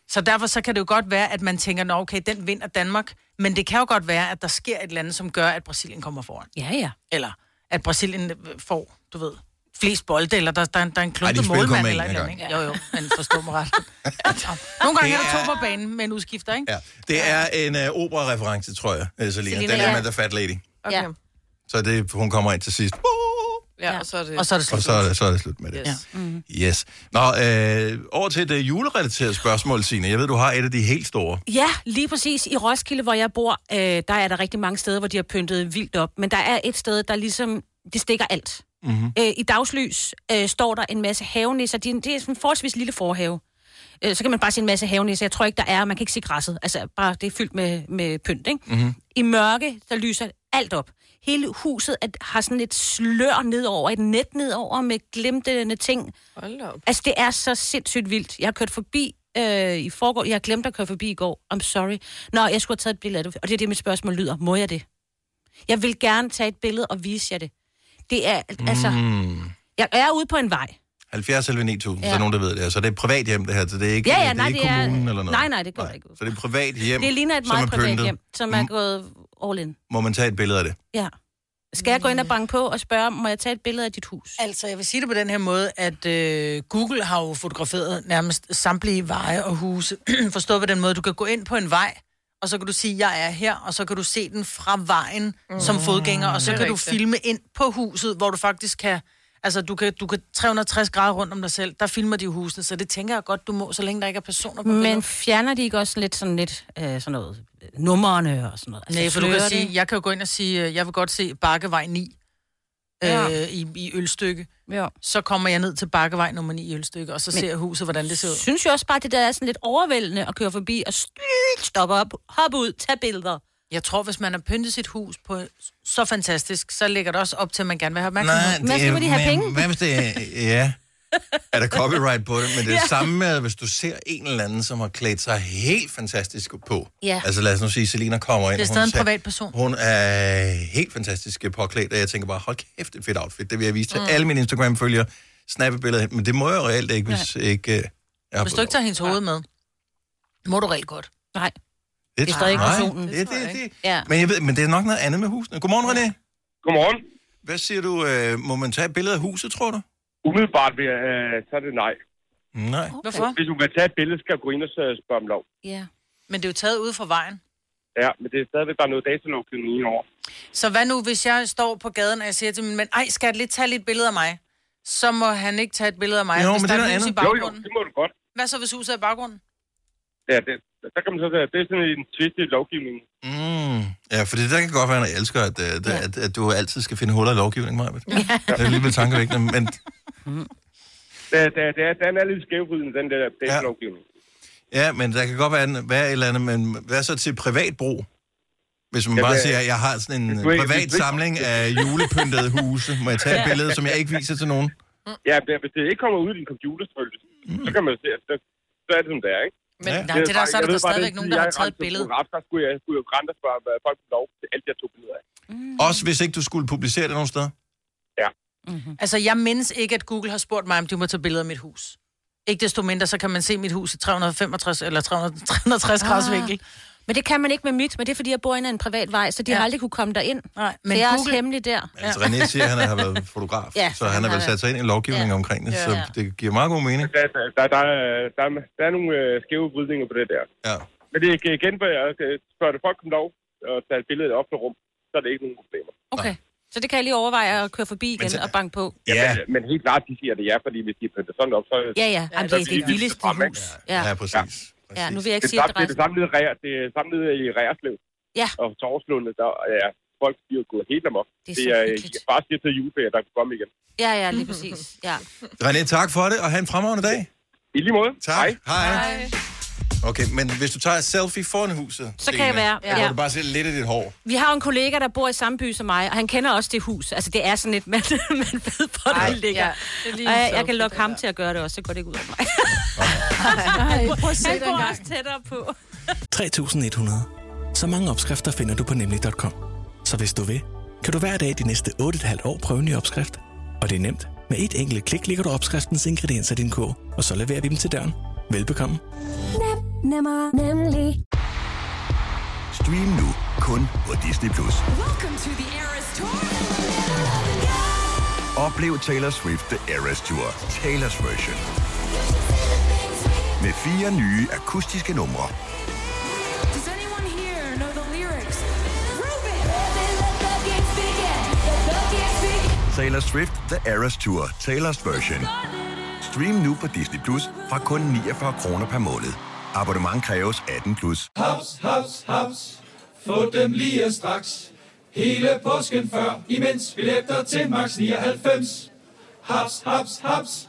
B: Så derfor så kan det jo godt være, at man tænker, nå okay, den vinder Danmark, men det kan jo godt være, at der sker et eller andet, som gør, at Brasilien kommer foran.
C: Ja, ja.
B: Eller at Brasilien øh, får, du ved, flest bolde, eller der, der, er en- der er en
A: Ej,
B: klumpet
A: de spiller kun
B: målmand,
A: med
B: eller et
A: en
B: eller andet.
A: ad
B: ikke? Jo, jo, men forstå mig ret. Nogle gange er
A: Det
B: der to
A: er-
B: på banen, men udskifter, ikke?
A: Ja. Det er en øh, opera-reference, tror jeg, øh, Selina. Den
D: Selina,
A: er
D: ja.
A: med The Fat Lady.
D: Okay.
C: Ja.
D: Ja.
A: Så det, hun kommer ind til sidst. Uh,
D: ja, og så er det...
B: Og så er det slut. Mm-hmm.
A: Og så er det, så er det slut med det.
D: Yes.
A: Ja.
D: Ja.
A: Yes. Nå, øh, over til et øh, julerelaterede spørgsmål, Signe. Jeg ved, du har et af de helt store.
C: Ja, lige præcis. I Roskilde, hvor jeg bor, øh, der er der rigtig mange steder, hvor de har pyntet vildt op. Men der er et sted, der ligesom, det stikker alt. Mm-hmm. Øh, I dagslys øh, står der en masse havenisser. De, det er sådan en forholdsvis lille forhave. Øh, så kan man bare se en masse havenisser. Jeg tror ikke, der er, man kan ikke se græsset. Altså, bare det er fyldt med, med pynt, ikke? Mm-hmm. I mørke, der lyser alt op. Hele huset er, har sådan et slør nedover, et net nedover med glimtende ting.
D: Hold da op.
C: Altså, det er så sindssygt vildt. Jeg har kørt forbi øh, i forgår. Jeg glemte at køre forbi i går. I'm sorry. Nå, jeg skulle have taget et billede af det. Og det er det, mit spørgsmål lyder. Må jeg det? Jeg vil gerne tage et billede og vise jer det. Det er, altså...
A: Mm.
C: Jeg er ude på en vej.
A: 70 eller 9000, ja. så er
C: Ja.
A: nogen, der ved det. her. Så det er et privat hjem, det her. Så det er ikke,
C: Ja, ja,
A: det er
C: nej,
A: ikke
C: det er-
A: kommunen eller noget.
C: Nej, nej, det går ikke ud
A: Så det er et privat hjem,
C: Det ligner et
A: som er
C: meget privat
A: pyntet.
C: hjem, som er
A: Mm.
C: gået all in.
A: Må man tage et billede af det?
C: Ja. Skal jeg gå ind og banke på og spørge, må jeg tage et billede af dit hus?
B: Altså, jeg vil sige det på den her måde, at øh, Google har jo fotograferet nærmest samtlige veje og huse. Forstået på den måde, du kan gå ind på en vej, og så kan du sige, jeg er her, og så kan du se den fra vejen mm. som fodgænger, og så
D: Det er
B: kan du
D: rigtigt.
B: filme ind på huset, hvor du faktisk kan... Altså, du kan, du kan 360 grader rundt om dig selv. Der filmer de jo husene, så det tænker jeg godt, du må, så længe der ikke er personer på
C: Men
B: billedet.
C: fjerner de ikke også lidt sådan lidt øh, sådan noget, øh, numrene og sådan noget? Altså,
B: Nej, for du
C: slører
B: kan
C: det?
B: sige, jeg kan jo gå ind og sige, øh, jeg vil godt se Bakkevej 9
C: Ja.
B: øh, i, i Ølstykke.
C: Ja.
B: Så kommer jeg ned til Bakkevej nummer 9 i Ølstykke, og så Men... ser jeg huset, hvordan det ser ud.
C: synes jo også bare, det der er sådan lidt overvældende at køre forbi og styrt stoppe op, hoppe ud, tage billeder.
B: Jeg tror, hvis man har pyntet sit hus på så fantastisk, så ligger det også op til, at man gerne vil have
A: Nej,
B: opmærksomhed.
C: Hvad skal
A: er-
C: man lige have
A: men
C: penge?
A: Hvad hvis det er, ja. Er der copyright på det? Men det er det samme med, hvis du ser en eller anden, som har klædt sig helt fantastisk på.
C: Ja.
A: Altså lad os nu sige, Selina kommer ind.
B: Det er
A: og hun
B: stadig en
A: ser-
B: privatperson.
A: Hun er helt fantastisk påklædt, og jeg tænker bare, hold kæft, et fedt outfit. Det vil jeg vise til mm. alle mine Instagram-følgere. Snappe billeder hen. Men det må jeg jo reelt ikke, hvis ikke... øh, Jeg har
B: Hvis du
A: fået
B: ikke tager hendes hoved med, må du rigtig godt.
C: Nej.
A: lov. det
C: er stadig ikke
A: nej,
C: personen.
A: Det, det, det.
C: Ja.
A: Men, jeg ved, men det er nok noget andet med husene. Godmorgen, René.
G: Godmorgen.
A: Hvad siger du? Øh, må man tage et billede af huset, tror du?
G: Umiddelbart vil jeg øh, tage det nej.
A: Nej.
B: Hvorfor?
G: Hvis du kan tage et billede, skal jeg gå ind og så spørge om lov.
C: Ja.
B: Men det er jo taget ud fra vejen.
G: Ja, men det er stadigvæk bare noget datalovgivning i år.
B: Så hvad nu, hvis jeg står på gaden, og jeg siger til min mand, ej, skal jeg lige tage lidt billede af mig? Så må han ikke tage et billede af mig,
A: Jo,
B: hvis
A: men
B: der
A: det
B: er
A: er
B: et hus
A: noget
B: i
G: Jo,
A: andet.
G: jo,
B: baggrunden.
G: det må du godt.
B: Hvad så, hvis huset er i baggrunden?
G: Ja, det, der kan man så sige, det er sådan en tvist i lovgivningen.
A: Mm. Ja, for det der kan godt være, at jeg elsker, at, øh, det, at, at du altid skal finde huller i lovgivningen, Maja. Ja. Det er alligevel tankevækkende, men
G: Det, det, det, er, den er lidt skævvriden, den der datalovgivning.
A: Ja, men der kan godt være, en- være et eller andet, men hvad så til privat brug? Hvis man
G: Ja,
A: bare
G: det-
A: siger, at jeg har sådan en
G: du ikke-
A: privat
G: hvis du ikke-
A: samling af julepyntede huse, må jeg tage et billede, som jeg ikke viser til nogen?
G: Ja, det- hvis det ikke kommer ud i din computer, selvfølgelig, så kan man jo se, at det, så er det, som det er, ikke?
B: Men
A: Mm. Ja.
B: ja. nej, det der,
G: bare-
B: så er
G: jeg
B: der da
G: ved bare,
B: stadigvæk
G: det
B: nogen,
G: tid,
B: der har
G: jeg
B: taget et
G: rendte
B: billede.
G: fotograf, Der skulle jeg, skulle jeg jo grænne og spørge hvad folk om lov til alt, jeg tog billeder af.
A: Også hvis ikke du skulle publicere det nogen steder?
H: Mhm.
B: Altså, jeg mindes ikke, at Google har spurgt mig, om de må tage billeder af mit hus. Ikke desto mindre, så kan man se mit hus i 365 eller 300, 360
H: Ah.
B: graders vinkel.
C: Ah. Men det kan man ikke med mit, men det er, fordi jeg bor inde ad en privat vej, så de
B: Ja.
C: har aldrig kunne komme derind.
B: Nej,
C: Men
B: men
C: det er også
B: Google,
C: hemmelig der.
A: Ja. Altså, René siger, at han har været fotograf, ja,
C: Ja,
A: så han har vel sat sig ind i lovgivningen ja.
C: Ja.
A: omkring det,
D: Ja.
A: så det giver meget god mening.
G: Der, der, der, der, er- der, er- der er nogle øh, skæve vridninger på det der.
A: Ja.
G: Men det er igen, hvor jeg øh, spørger det folk om lov og tage et billede i det offentlige rum, så er det ikke nogen problemer.
C: Okay. Så det kan jeg lige overveje at køre forbi igen
A: så-
C: og banke på.
A: Ja.
G: Men, men helt klart, de siger det ja, fordi hvis de pynter sådan op, så...
C: Ja, ja. Jamen,
G: så
C: det er det
G: bliver de
C: vildeste
G: fremme, ikke?
C: hus.
A: Ja,
C: Ja.
A: ja præcis.
C: Ja, nu
A: præcis.
C: vil jeg
G: Det
C: ikke
G: er
C: se det
G: samme- det er det
C: resten.
G: samme nede i Rea- det er samme nede i Reerslev
C: Ja.
G: og Torslunde, der, ja, folk de er jo gået helt amok.
C: Det er
G: Det
C: så
G: er,
C: hyggeligt.
G: jeg bare siger til juleferien, der kan komme igen.
C: Ja, ja, lige præcis. Ja.
A: René, tak for det, og have en fremragende dag.
G: I lige måde.
A: Tak.
G: Hej.
A: Hej. Okay, men hvis du tager et selfie foran huset,
C: Så kan jeg være,
A: Ja.
C: ja.
A: Hvor du bare ser lidt af dit hår.
C: Vi har jo en kollega, der bor i samme by som mig, og han kender også det hus. Altså, det er sådan lidt, man, man ved, hvor
D: Ej,
C: det ligger.
D: ja.
C: Ja.
D: Det er lige
C: Og
D: en
C: jeg, jeg
D: selfie,
C: kan lokke
D: det
C: ham
D: der.
C: til at gøre det også, så går det ikke ud af mig.
H: Ej, prøv at se
C: Han
H: dig
C: bor
H: engang.
C: også tættere på.
I: 3100. Så mange opskrifter finder du på nemlig.com. Så hvis du vil, kan du hver dag de næste 8,5 år prøve en ny opskrift. Og det er nemt. Med et enkelt klik ligger du opskriftens ingredienser i din kog, og så leverer vi dem til døren. Velbekomme.
J: Nemmer, nemlig.
K: Stream nu kun på Disney+. Plus. Oplev Taylor Swift The Eras Tour, Taylor's version. Med fire nye akustiske numre. Taylor Swift The Eras Tour, Taylor's version. Stream nu på Disney Plus fra kun 49 kroner per måned. Abonnement kræves 18 plus.
L: Haps, haps, haps. Få dem lige straks. Hele påsken før, imens billetter til max 99. Haps, haps, haps.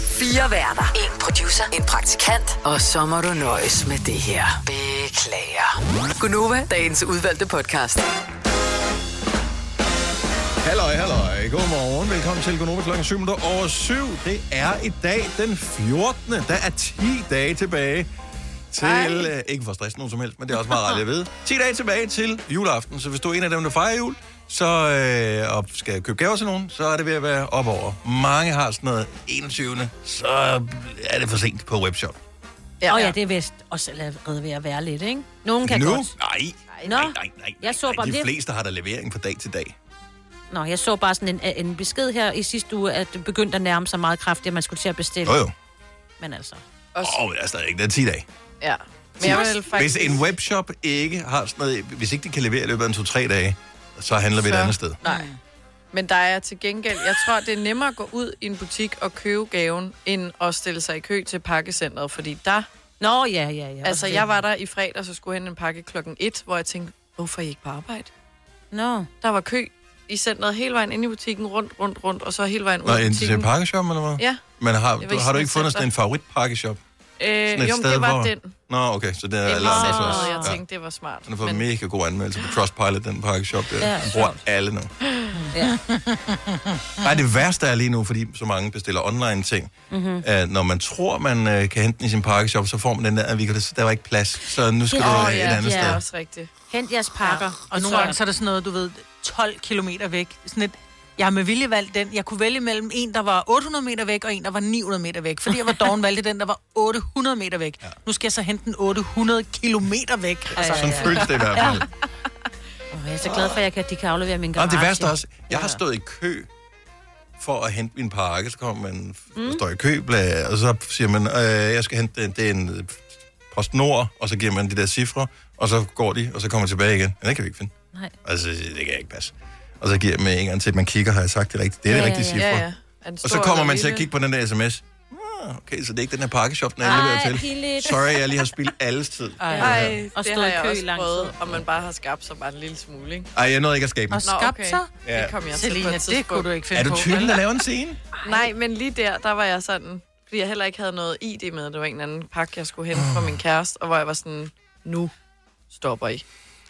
M: Fire værter. En producer. En praktikant. Og så må du nøjes med det her. Beklager. Gunova, dagens udvalgte podcast.
A: Halløj, halløj. Godmorgen. Velkommen til Konoba klokken 7 minutter over 7. Det er i dag den 14. Der er 10 dage tilbage til... Øh, ikke for at stresse nogen som helst, men det er også meget rart at vide. 10 dage tilbage til juleaften. Så hvis du er en af dem, der fejrer jul, så øh, og skal købe gaver til nogen, så er det ved at være op over. Mange har sådan noget 21. Så er det for sent på webshop.
C: Ja, og ja, det er vist også allerede ved at være lidt, ikke? Nogen kan
A: nu?
C: godt.
A: Nej.
C: Nå,
A: Nej, nej, nej.
C: jeg så
A: nej.
C: bare,
A: De
C: det-
A: fleste har der levering fra dag til dag.
C: Nå, jeg så bare sådan en, en besked her i sidste uge, at det begyndte at nærme sig meget kraftigt, at man skulle til at bestille.
A: Jo jo.
C: Men altså,
A: Åh, oh, der er stadig der er 10 dage.
D: Ja. Men jeg vil
A: Hvis
D: faktisk...
A: en webshop ikke har sådan noget, hvis ikke de kan levere i løbet af en to-tre dage, så handler vi et
D: Så-
A: andet sted.
D: Nej. Mm. Men der er til gengæld, jeg tror, det er nemmere at gå ud i en butik og købe gaven, end at stille sig i kø til pakkecentret, fordi der...
C: Nå, ja, ja, ja.
D: Altså,
C: det.
D: jeg var der i fredag, så skulle jeg hente en pakke klokken 1, hvor jeg tænkte, hvorfor er I ikke på arbejde?
C: Nå.
D: Der var kø i centret hele vejen ind i butikken, rundt, rundt, rundt, og så hele vejen ud
A: Nå,
D: af
A: en til
D: butikken.
A: pakkeshop, eller hvad?
D: Ja.
A: Men har,
D: Det var
A: du,
D: i
A: har du
D: sådan
A: ikke
D: et
A: fundet
D: center.
A: sådan en favoritpakkeshop?
D: Øh,
A: Sådan et
D: jo, men
A: sted,
D: det var
A: hvor...
D: den.
A: Nå, okay, så det er
D: Det var
A: Lasse
D: centret,
A: også.
D: jeg tænkte, det var smart.
A: Den har fået mega god anmeldelse på Trustpilot, den pakkeshop der.
D: Ja,
A: Ja, bruger
D: sjovt.
A: alle nu.
C: Ja.
A: Nej, det værste er lige nu, fordi så mange bestiller online ting.
C: Mm-hmm.
A: at når man tror, man øh, kan hente den i sin pakkeshop, så får man den der, at vi kan, der var ikke plads, så nu skal du øh, et andet sted.
D: rigtigt.
C: Hent jeres pakker. Ja.
B: Og nogle gange så er der sådan noget, du ved, 12 kilometer væk. Sådan et, jeg har med vilje valgt den. Jeg kunne vælge mellem en, der var 800 meter væk, og en, der var 900 meter væk. Fordi jeg var doven valgte den, der var 800 meter væk. Ja. Nu skal jeg så hente den 800 kilometer væk.
A: Altså, sådan føles det i hvert fald.
C: Åh, jeg er så glad for, at jeg kan, de kan aflevere min
A: Og
C: garage.
A: det værste er også, jeg har stået i kø for at hente min pakke, så kommer man mm. står i kø, bla, og så siger man, øh, jeg skal hente den, det er en øh, PostNord, og så giver man de der cifre, og så går de, og så kommer man tilbage igen. Men det kan vi ikke finde.
C: Nej.
A: Altså, det kan jeg ikke passe. Og så giver man en gang til, at man kigger, har jeg sagt det rigtigt? Det er ja, det rigtige cifre.
D: Ja, ja. Er den
A: Og så
D: stor
A: kommer
D: eller
A: man til at
D: lille?
A: kigge på den der sms. Ah, Okay, så det er ikke den her pakkeshop, den er
D: Ej,
A: leveret til.
D: pinligt.
A: Sorry, jeg lige har spildt alles tid.
D: Ej,
A: Ej,
D: og det
C: stå
D: har
C: i
D: jeg
C: kø i
D: også
C: lang
D: prøvet, og man bare har skabt sig bare en lille smule, ikke?
A: jeg nåede ikke at skabe den.
D: Nå, okay.
A: Ja.
D: Det kom jeg til
B: Selina,
D: på et
B: det
D: tidspunkt.
B: kunne du ikke
A: Er du typen, der laver en scene?
D: Nej, men lige der, der var jeg sådan... Fordi jeg heller ikke havde noget ID med. Det var en eller anden pakke, jeg skulle hente fra min kæreste. Og hvor jeg var sådan, nu stopper I.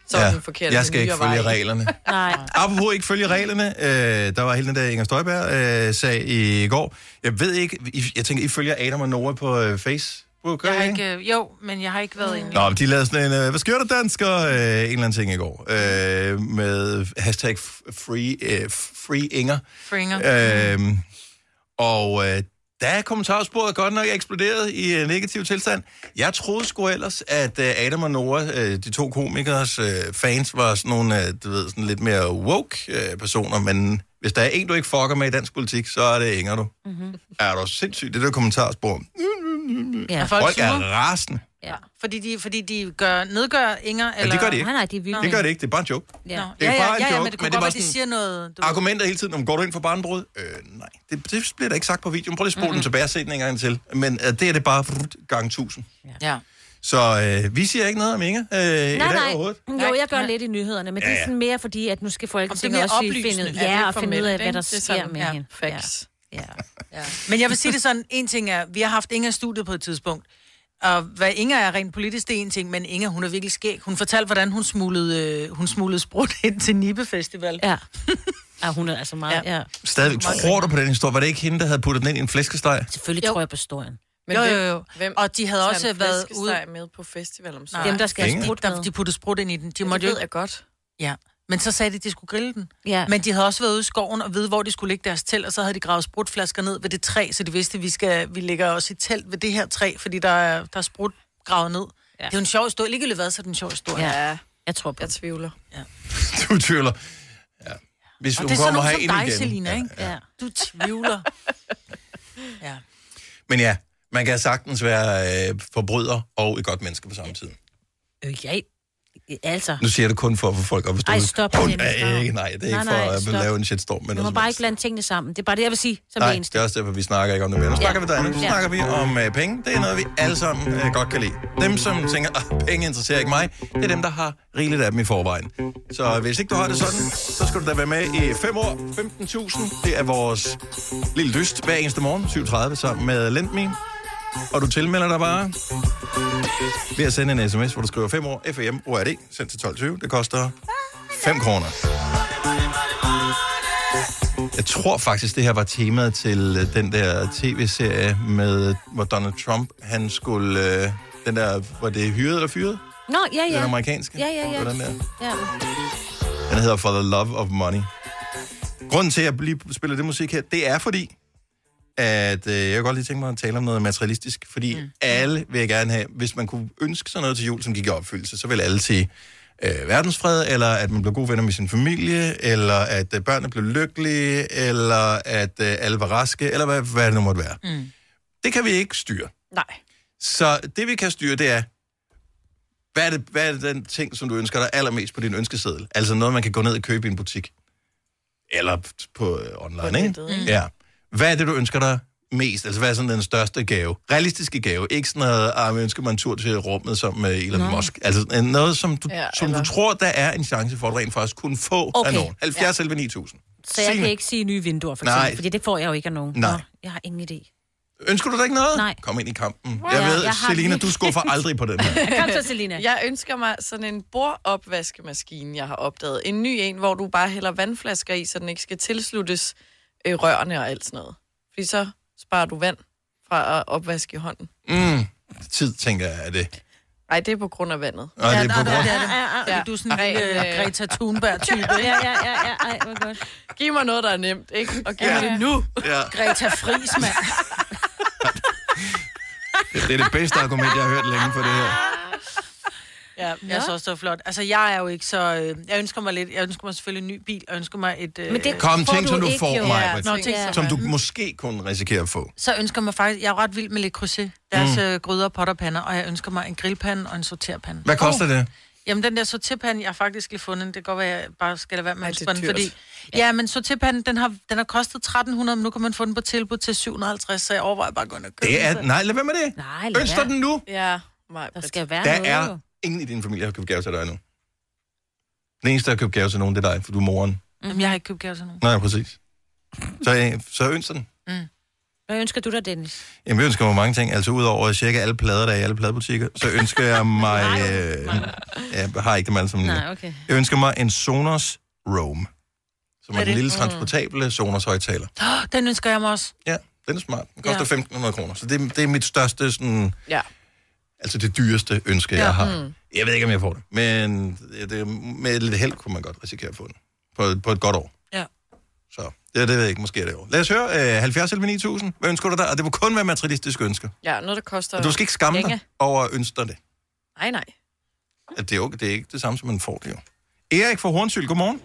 D: Så ja, den forkerte
A: jeg skal ikke
D: nyere
A: følge
D: vej.
A: reglerne.
C: Nej.
A: Apropos ikke følge reglerne, øh, der var hele den der Inger Støjberg øh, sag i går. Jeg ved ikke, I, jeg tænker, I følger Adam og Nora på øh, Facebook,
B: Jeg
A: gør
B: har
A: I ikke?
B: ikke, øh, jo, men jeg har ikke været inde.
A: Nå, men de lavede sådan en, øh, hvad sker der dansker, øh, en eller anden ting i går, øh, med hashtag f- free, øh, free Inger.
B: Fringer.
A: Øhm, og øh, der er kommentarsporet godt nok eksploderet i øh, negativ tilstand. Jeg troede sgu ellers, at øh, Adam og Nora, øh, de to komikers øh, fans, var sådan nogle øh, du ved, sådan lidt mere woke-personer, øh, men Hvis der er en, du ikke fucker med i dansk politik, så er det Inger, du.
B: Mm-hmm.
A: Er du sindssygt? Det der kommentarspor.
B: Ja.
A: Folk, folk er rasende.
B: Ja. Fordi de, fordi de gør, nedgør Inger?
A: Ja,
B: Eller...
A: det gør det ikke.
B: Nå.
A: det gør det ikke. Det er bare en joke.
B: Ja. Nå.
A: Det er
B: ja, ja,
A: bare en
B: ja, ja,
A: joke,
B: men det kunne
A: men
B: men
A: det
B: godt
A: er bare
B: være, de
A: sådan-
B: siger noget... Du...
A: Argumenter hele tiden om, går du ind for barnbrud? Øh, nej. Det, det bliver der ikke sagt på videoen. Prøv lige at spole mm-hmm. den tilbage og se den en gang til. Men øh, det er det bare brut, gang tusind.
B: Ja.
A: Så øh, vi siger ikke noget om Inger øh, i dag
C: Nej, nej.
A: overhovedet.
C: Jo, jeg gør lidt i nyhederne, men ja,
A: Ja,
C: det er
A: ja.
C: sådan mere fordi, at nu skal Folketinget
B: mere
C: også lige
B: oplysende,
C: finde,
B: er det
C: ja, og finde ud
B: formelt,
C: af, hvad
B: ikke?
C: der
B: Det er
C: sker
B: sådan,
C: med
B: ja,
C: hende.
B: facts. Men jeg vil sige det sådan, en ting er, vi har haft Inger i studiet på et tidspunkt, og hvad Inger er rent politisk, det er en ting, men Inger, hun er virkelig skæg. Hun fortalte, hvordan hun smuglede, øh, hun smuglede sprut ind til Nibe Festival.
C: Ja. ja, hun er altså meget... Ja. ja.
A: Stadigvæk, tror du på den historie? Var det ikke hende, der havde puttet den ind i en flæskesteg?
C: Selvfølgelig
B: Jo.
C: tror jeg på historien.
B: Men jo, jo, jo. Hvem og de havde
D: tager
B: også
D: en
B: været
D: flæskesteg
B: ude... med på festival om
D: sommeren? Dem, der skal have Ingen. sprudt
B: med. De puttede sprut ind i den. De
D: det
B: måtte
D: ved
B: jo...
D: jeg
B: godt. Ja. Men så sagde de, at de skulle grille den.
C: Ja.
B: Men de havde også været ude i skoven og vide, hvor de skulle lægge deres telt, og så havde de gravet sprutflasker ned ved det træ, så de vidste, at vi, skal, vi lægger også i telt ved det her træ, fordi der er, der er sprut gravet ned. Ja. Det er jo en sjov historie. Ligegyldigt hvad, så er det en sjov historie.
C: Ja. Jeg tror på
B: Jeg tvivler. Ja.
A: Du tvivler. Ja. Hvis
B: Og
A: hun
B: det er sådan
A: kommer
B: nogen som
A: herind
B: dig,
A: igen.
B: Selina, ikke? Ja. Du tvivler.
A: Men ja, man kan sagtens være øh, forbryder og et godt menneske på samme tid.
C: Øh, ja, altså...
A: Nu siger jeg det kun for at få folk op at stå.
C: Ej, stop,
A: Hun
C: Dennis,
A: er
C: stop.
A: ikke, nej, det er
C: Nej,
A: ikke
C: nej,
A: for at
C: stop.
A: lave en shitstorm. Men altså,
C: Du må
A: noget
C: bare ikke blande tingene sammen. Det er bare det, jeg vil sige som det
A: Nej,
C: eneste.
A: det er også derfor, vi snakker ikke om det mere. Nu snakker vi derinde. Nu
C: Ja.
A: snakker vi om øh, penge. Det er noget, vi alle sammen øh, godt kan lide. Dem, som tænker, at penge interesserer ikke mig, det er dem, der har rigeligt af dem i forvejen. Så hvis ikke du har det sådan, så skal du da være med i 5 år. 15.000, det er vores lille lyst hver eneste morgen, 7.30 sammen med LendMe. Og du tilmelder dig bare ved at sende en sms, hvor du skriver 5 år, FAM, ORD, sendt til 12.20. Det koster 5 kroner. Jeg tror faktisk, det her var temaet til øh, den der tv-serie med, øh, hvor Donald Trump, han skulle... Øh, den der, var det hyret eller fyret?
C: Nå, ja, ja.
A: Den amerikanske?
C: Ja, ja, ja.
A: Hvordan der?
C: ja.
A: Den hedder For the Love of Money. Grunden til, at jeg lige spiller det musik her, det er fordi, at øh, jeg kunne godt lige tænke mig at tale om noget materialistisk, fordi mm. alle vil jeg gerne have, hvis man kunne ønske sig noget til jul, som gik i opfyldelse, så vil alle sige øh, verdensfred, eller at man blev gode venner med sin familie, eller at øh, børnene blev lykkelige, eller at øh, alle var raske, eller hvad, hvad det nu måtte være.
B: Mm.
A: Det kan vi ikke styre.
B: Nej.
A: Så det, vi kan styre, det er, hvad er, det, hvad er det den ting, som du ønsker dig allermest på din ønskeseddel? Altså noget, man kan gå ned og købe i en butik. Eller på øh, online, ikke?
I: nettet, ikke?
A: Ja. Hvad er det, du ønsker dig mest? Altså, hvad er sådan den største gave? Realistiske gave. Ikke sådan noget, ah, jeg ønsker mig en tur til rummet som øh, Elon
I: Nå.
A: Musk. Altså øh, noget, som, du,
C: Ja,
A: ja, som du
C: eller-
A: tror, der er en chance for, at du rent faktisk kunne få okay.
C: Okay.
A: af nogen. 70 ja. 9000.
C: Så jeg
A: Signe.
C: kan ikke sige nye vinduer, for
A: Nej.
C: eksempel, fordi det får jeg jo ikke af nogen.
A: Nej.
C: Nå, jeg har ingen idé.
A: Ønsker du da ikke noget?
C: Nej.
A: Kom ind i kampen.
C: Ja,
A: Jeg ved,
C: jeg
A: jeg
C: har
A: Selina,
C: lige-
A: du skuffer aldrig på den her.
C: Kom så, Selina.
D: Jeg ønsker mig sådan en bordopvaskemaskine, jeg har opdaget. En ny en, hvor du bare hælder vandflasker i, så den ikke skal tilsluttes øh, rørene og alt sådan noget. Fordi så sparer du vand fra at opvaske i hånden.
A: Mm. Tid, tænker jeg, er det.
D: Nej, det er på grund af vandet.
A: Og ja, det er på grund.
B: Ja, ja, ja. Du er sådan en
D: Ren,
B: lille
D: øh,
B: Greta Thunberg-type, ikke?
D: Ja, ja,
C: ja, ja. Ej, hvor godt.
D: Giv mig noget, der er nemt, ikke? Og giv ja. mig det nu.
A: Ja.
B: Greta Friis, mand.
A: Det er det bedste argument, jeg har hørt længe for det her.
B: Ja, jeg synes også, det var flot. Altså, jeg er jo ikke så... Øh, jeg ønsker mig lidt... Jeg ønsker mig selvfølgelig en ny bil, og ønsker mig et... Øh,
A: Men det Kom, ting, som du får, mig, som du
B: Mm.
A: måske kun risikerer at få.
B: Så ønsker mig faktisk... Jeg er ret vild med lidt krydse. Deres mm. øh, gryder, potter, pander, og jeg ønsker mig en grillpande og en sorterpande.
A: Hvad koster det?
B: Jamen, den der sorterpande, jeg har faktisk lige fundet, den. det kan godt være, jeg bare skal lade være med at
D: det er
B: spænde,
D: dyrt.
B: fordi... Ja, ja men sorterpanden, den har, den har kostet 1300, men nu kan man få den på tilbud til 750, så jeg overvejer bare at gå ind og købe
A: Det
B: den
A: er...
B: selv.
A: Nej, lad være med det. Nej, Ønsker den nu?
D: Ja, mig. Der skal
C: være
A: Der er ingen i din familie, der har købt gave til dig nu. Den eneste, der har købt gave til nogen, det er dig, for du er moren.
B: Jamen, jeg har ikke købt gave til nogen.
A: Nej, præcis. Så, øh, så ønsker den.
C: Hvad ønsker du dig, Dennis?
A: Jamen, jeg ønsker mig mange ting. Altså, udover at tjekke alle plader, der er i alle pladebutikker, så ønsker jeg mig... Øh, jeg har ikke dem alle sammen.
C: Nej, okay.
A: Jeg ønsker mig en Sonos Roam, som er
B: Hvad er
A: den
B: det?
A: lille
B: Mm.
A: transportable Sonos højtaler.
B: Åh, Den ønsker jeg mig også.
A: Ja, den er smart. Den koster
B: Ja.
A: ja. 1500 kroner, så det, det er mit største, sådan,
D: Ja.
A: altså det dyreste ønske, ja.
B: Ja,
A: jeg har.
B: mm.
A: Jeg ved ikke, om jeg får det, men det, det- med lidt held kunne man godt risikere at få den på, på et godt år.
B: Ja.
A: Så det, det ved jeg ikke, måske er det år. Lad os høre, øh, 70 eller 9000, hvad ønsker du dig? Og det må kun være materialistiske ønsker.
D: Ja, noget, der koster
B: Øh,
A: Og du skal ikke skamme
D: penge.
A: dig over at ønske dig det.
D: Nej, nej.
A: At det, er jo, det er ikke det samme, som man får det jo. Erik fra Hornsyl, godmorgen.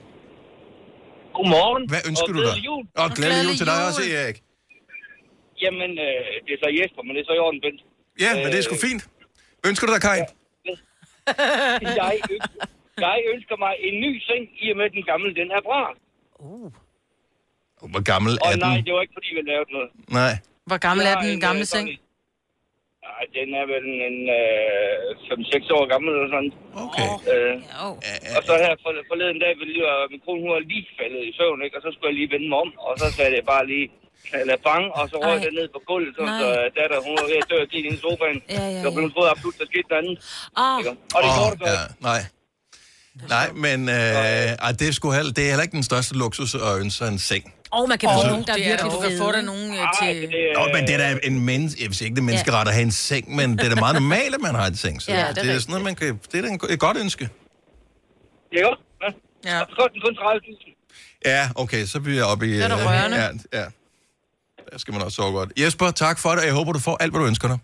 I: Godmorgen.
A: Hvad ønsker
I: og
A: du dig?
I: glædelig Jul.
A: Og glædelig jul til dig også, Erik.
I: Jamen, øh, det er så Jesper, men det er så i orden, Bent.
A: Ja, men det er sgu fint. Ønsker du dig, Kai?
I: jeg, ønsker, jeg ønsker mig en ny seng, i og med at den gamle, den er bra.
A: Hvor gammel
I: Og
A: er
I: nej,
A: den?
I: det var ikke, fordi vi lavede noget.
A: Nej.
B: Hvor gammel
I: Jeg
B: er den
I: en,
B: gamle
I: øh,
B: seng?
I: Nej, den er vel en øh, 5-6 år gammel eller sådan.
A: Okay.
I: Øh, og så her for, forleden dag, ville jeg, min kone hun var lige faldet i søvn, ikke? og så skulle jeg lige vende mig om, og så sagde jeg bare lige bang, og så røg den ned på gulvet, sådan, så øh, datter, hun var ved at dø af gik ind i sofaen.
C: Ja, ja,
I: Så hun troede absolut, der skete noget andet.
C: Ah.
I: ikke? Og det gjorde det
A: ja, nej. Nej, men øh, ej, det, er sgu heller, det er heller ikke den største luksus at ønske sig en seng.
C: Og man kan
A: Åh,
C: få nogen, der er
B: det er
C: virkelig
B: du kan
C: fede.
B: få dig nogen øh, til...
A: Nå, men det er da en menneske, jeg vil sige ikke, det er menneskeret at have en seng, men det er da meget normalt, at man har en seng. Så
I: Ja, det er
A: det, er
I: rigtigt.
A: sådan noget, man kan, det er da en, et godt ønske.
I: Ja, jo. Ja. Og så kostede den kun 30.000.
A: Ja, okay, så bliver jeg oppe i...
I: Det er da
A: øh,
I: rørende.
A: Ja, ja. Der skal man også sove godt. Jesper, tak for det, og jeg håber, du får alt, hvad du ønsker dig.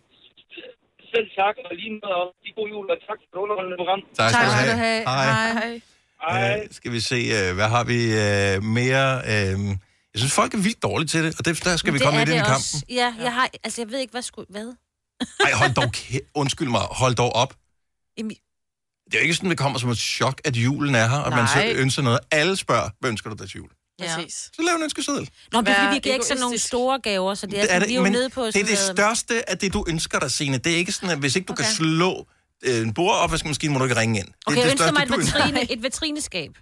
I: Selv tak, og lige med og de gode jul, og tak for det underholdende program.
A: Tak skal Tak du skal have. du have. Hej.
I: Hej.
A: Øh, skal vi se, øh, hvad har vi øh, mere? Øh, jeg synes, folk er vildt dårlige til det, og det, der skal vi
C: Det
A: komme
C: er
A: lidt
C: det
A: ind i
C: også.
A: kampen.
C: Ja, jeg har... Altså, jeg ved ikke, hvad skulle... Hvad?
A: Ej, hold dog kæ- Undskyld mig, hold dog op.
C: Jamen-
A: Det er jo ikke sådan, det kommer som et chok, at julen er her, og man
C: Nej.
A: selv ønsker noget. Alle spørger, hvad ønsker du dig til jul?
B: Præcis.
A: Så lav en ønskeseddel.
C: Nå, men det er
B: Vær
C: fordi, vi giver ikke sådan nogle store gaver, så det er,
A: Det
C: er
A: det,
C: vi er jo
A: men
C: nede på...
A: det er
C: sådan
A: det
C: noget-
A: største af det, du ønsker dig, Signe. Det er ikke sådan, at hvis ikke du okay. kan slå øh, en bord op, hvad skal man må du ikke ringe ind. Det
C: Okay,
A: er
C: jeg
A: det
C: ønsker mig et,
A: du ønsker.
C: vitrine, et vitrineskab.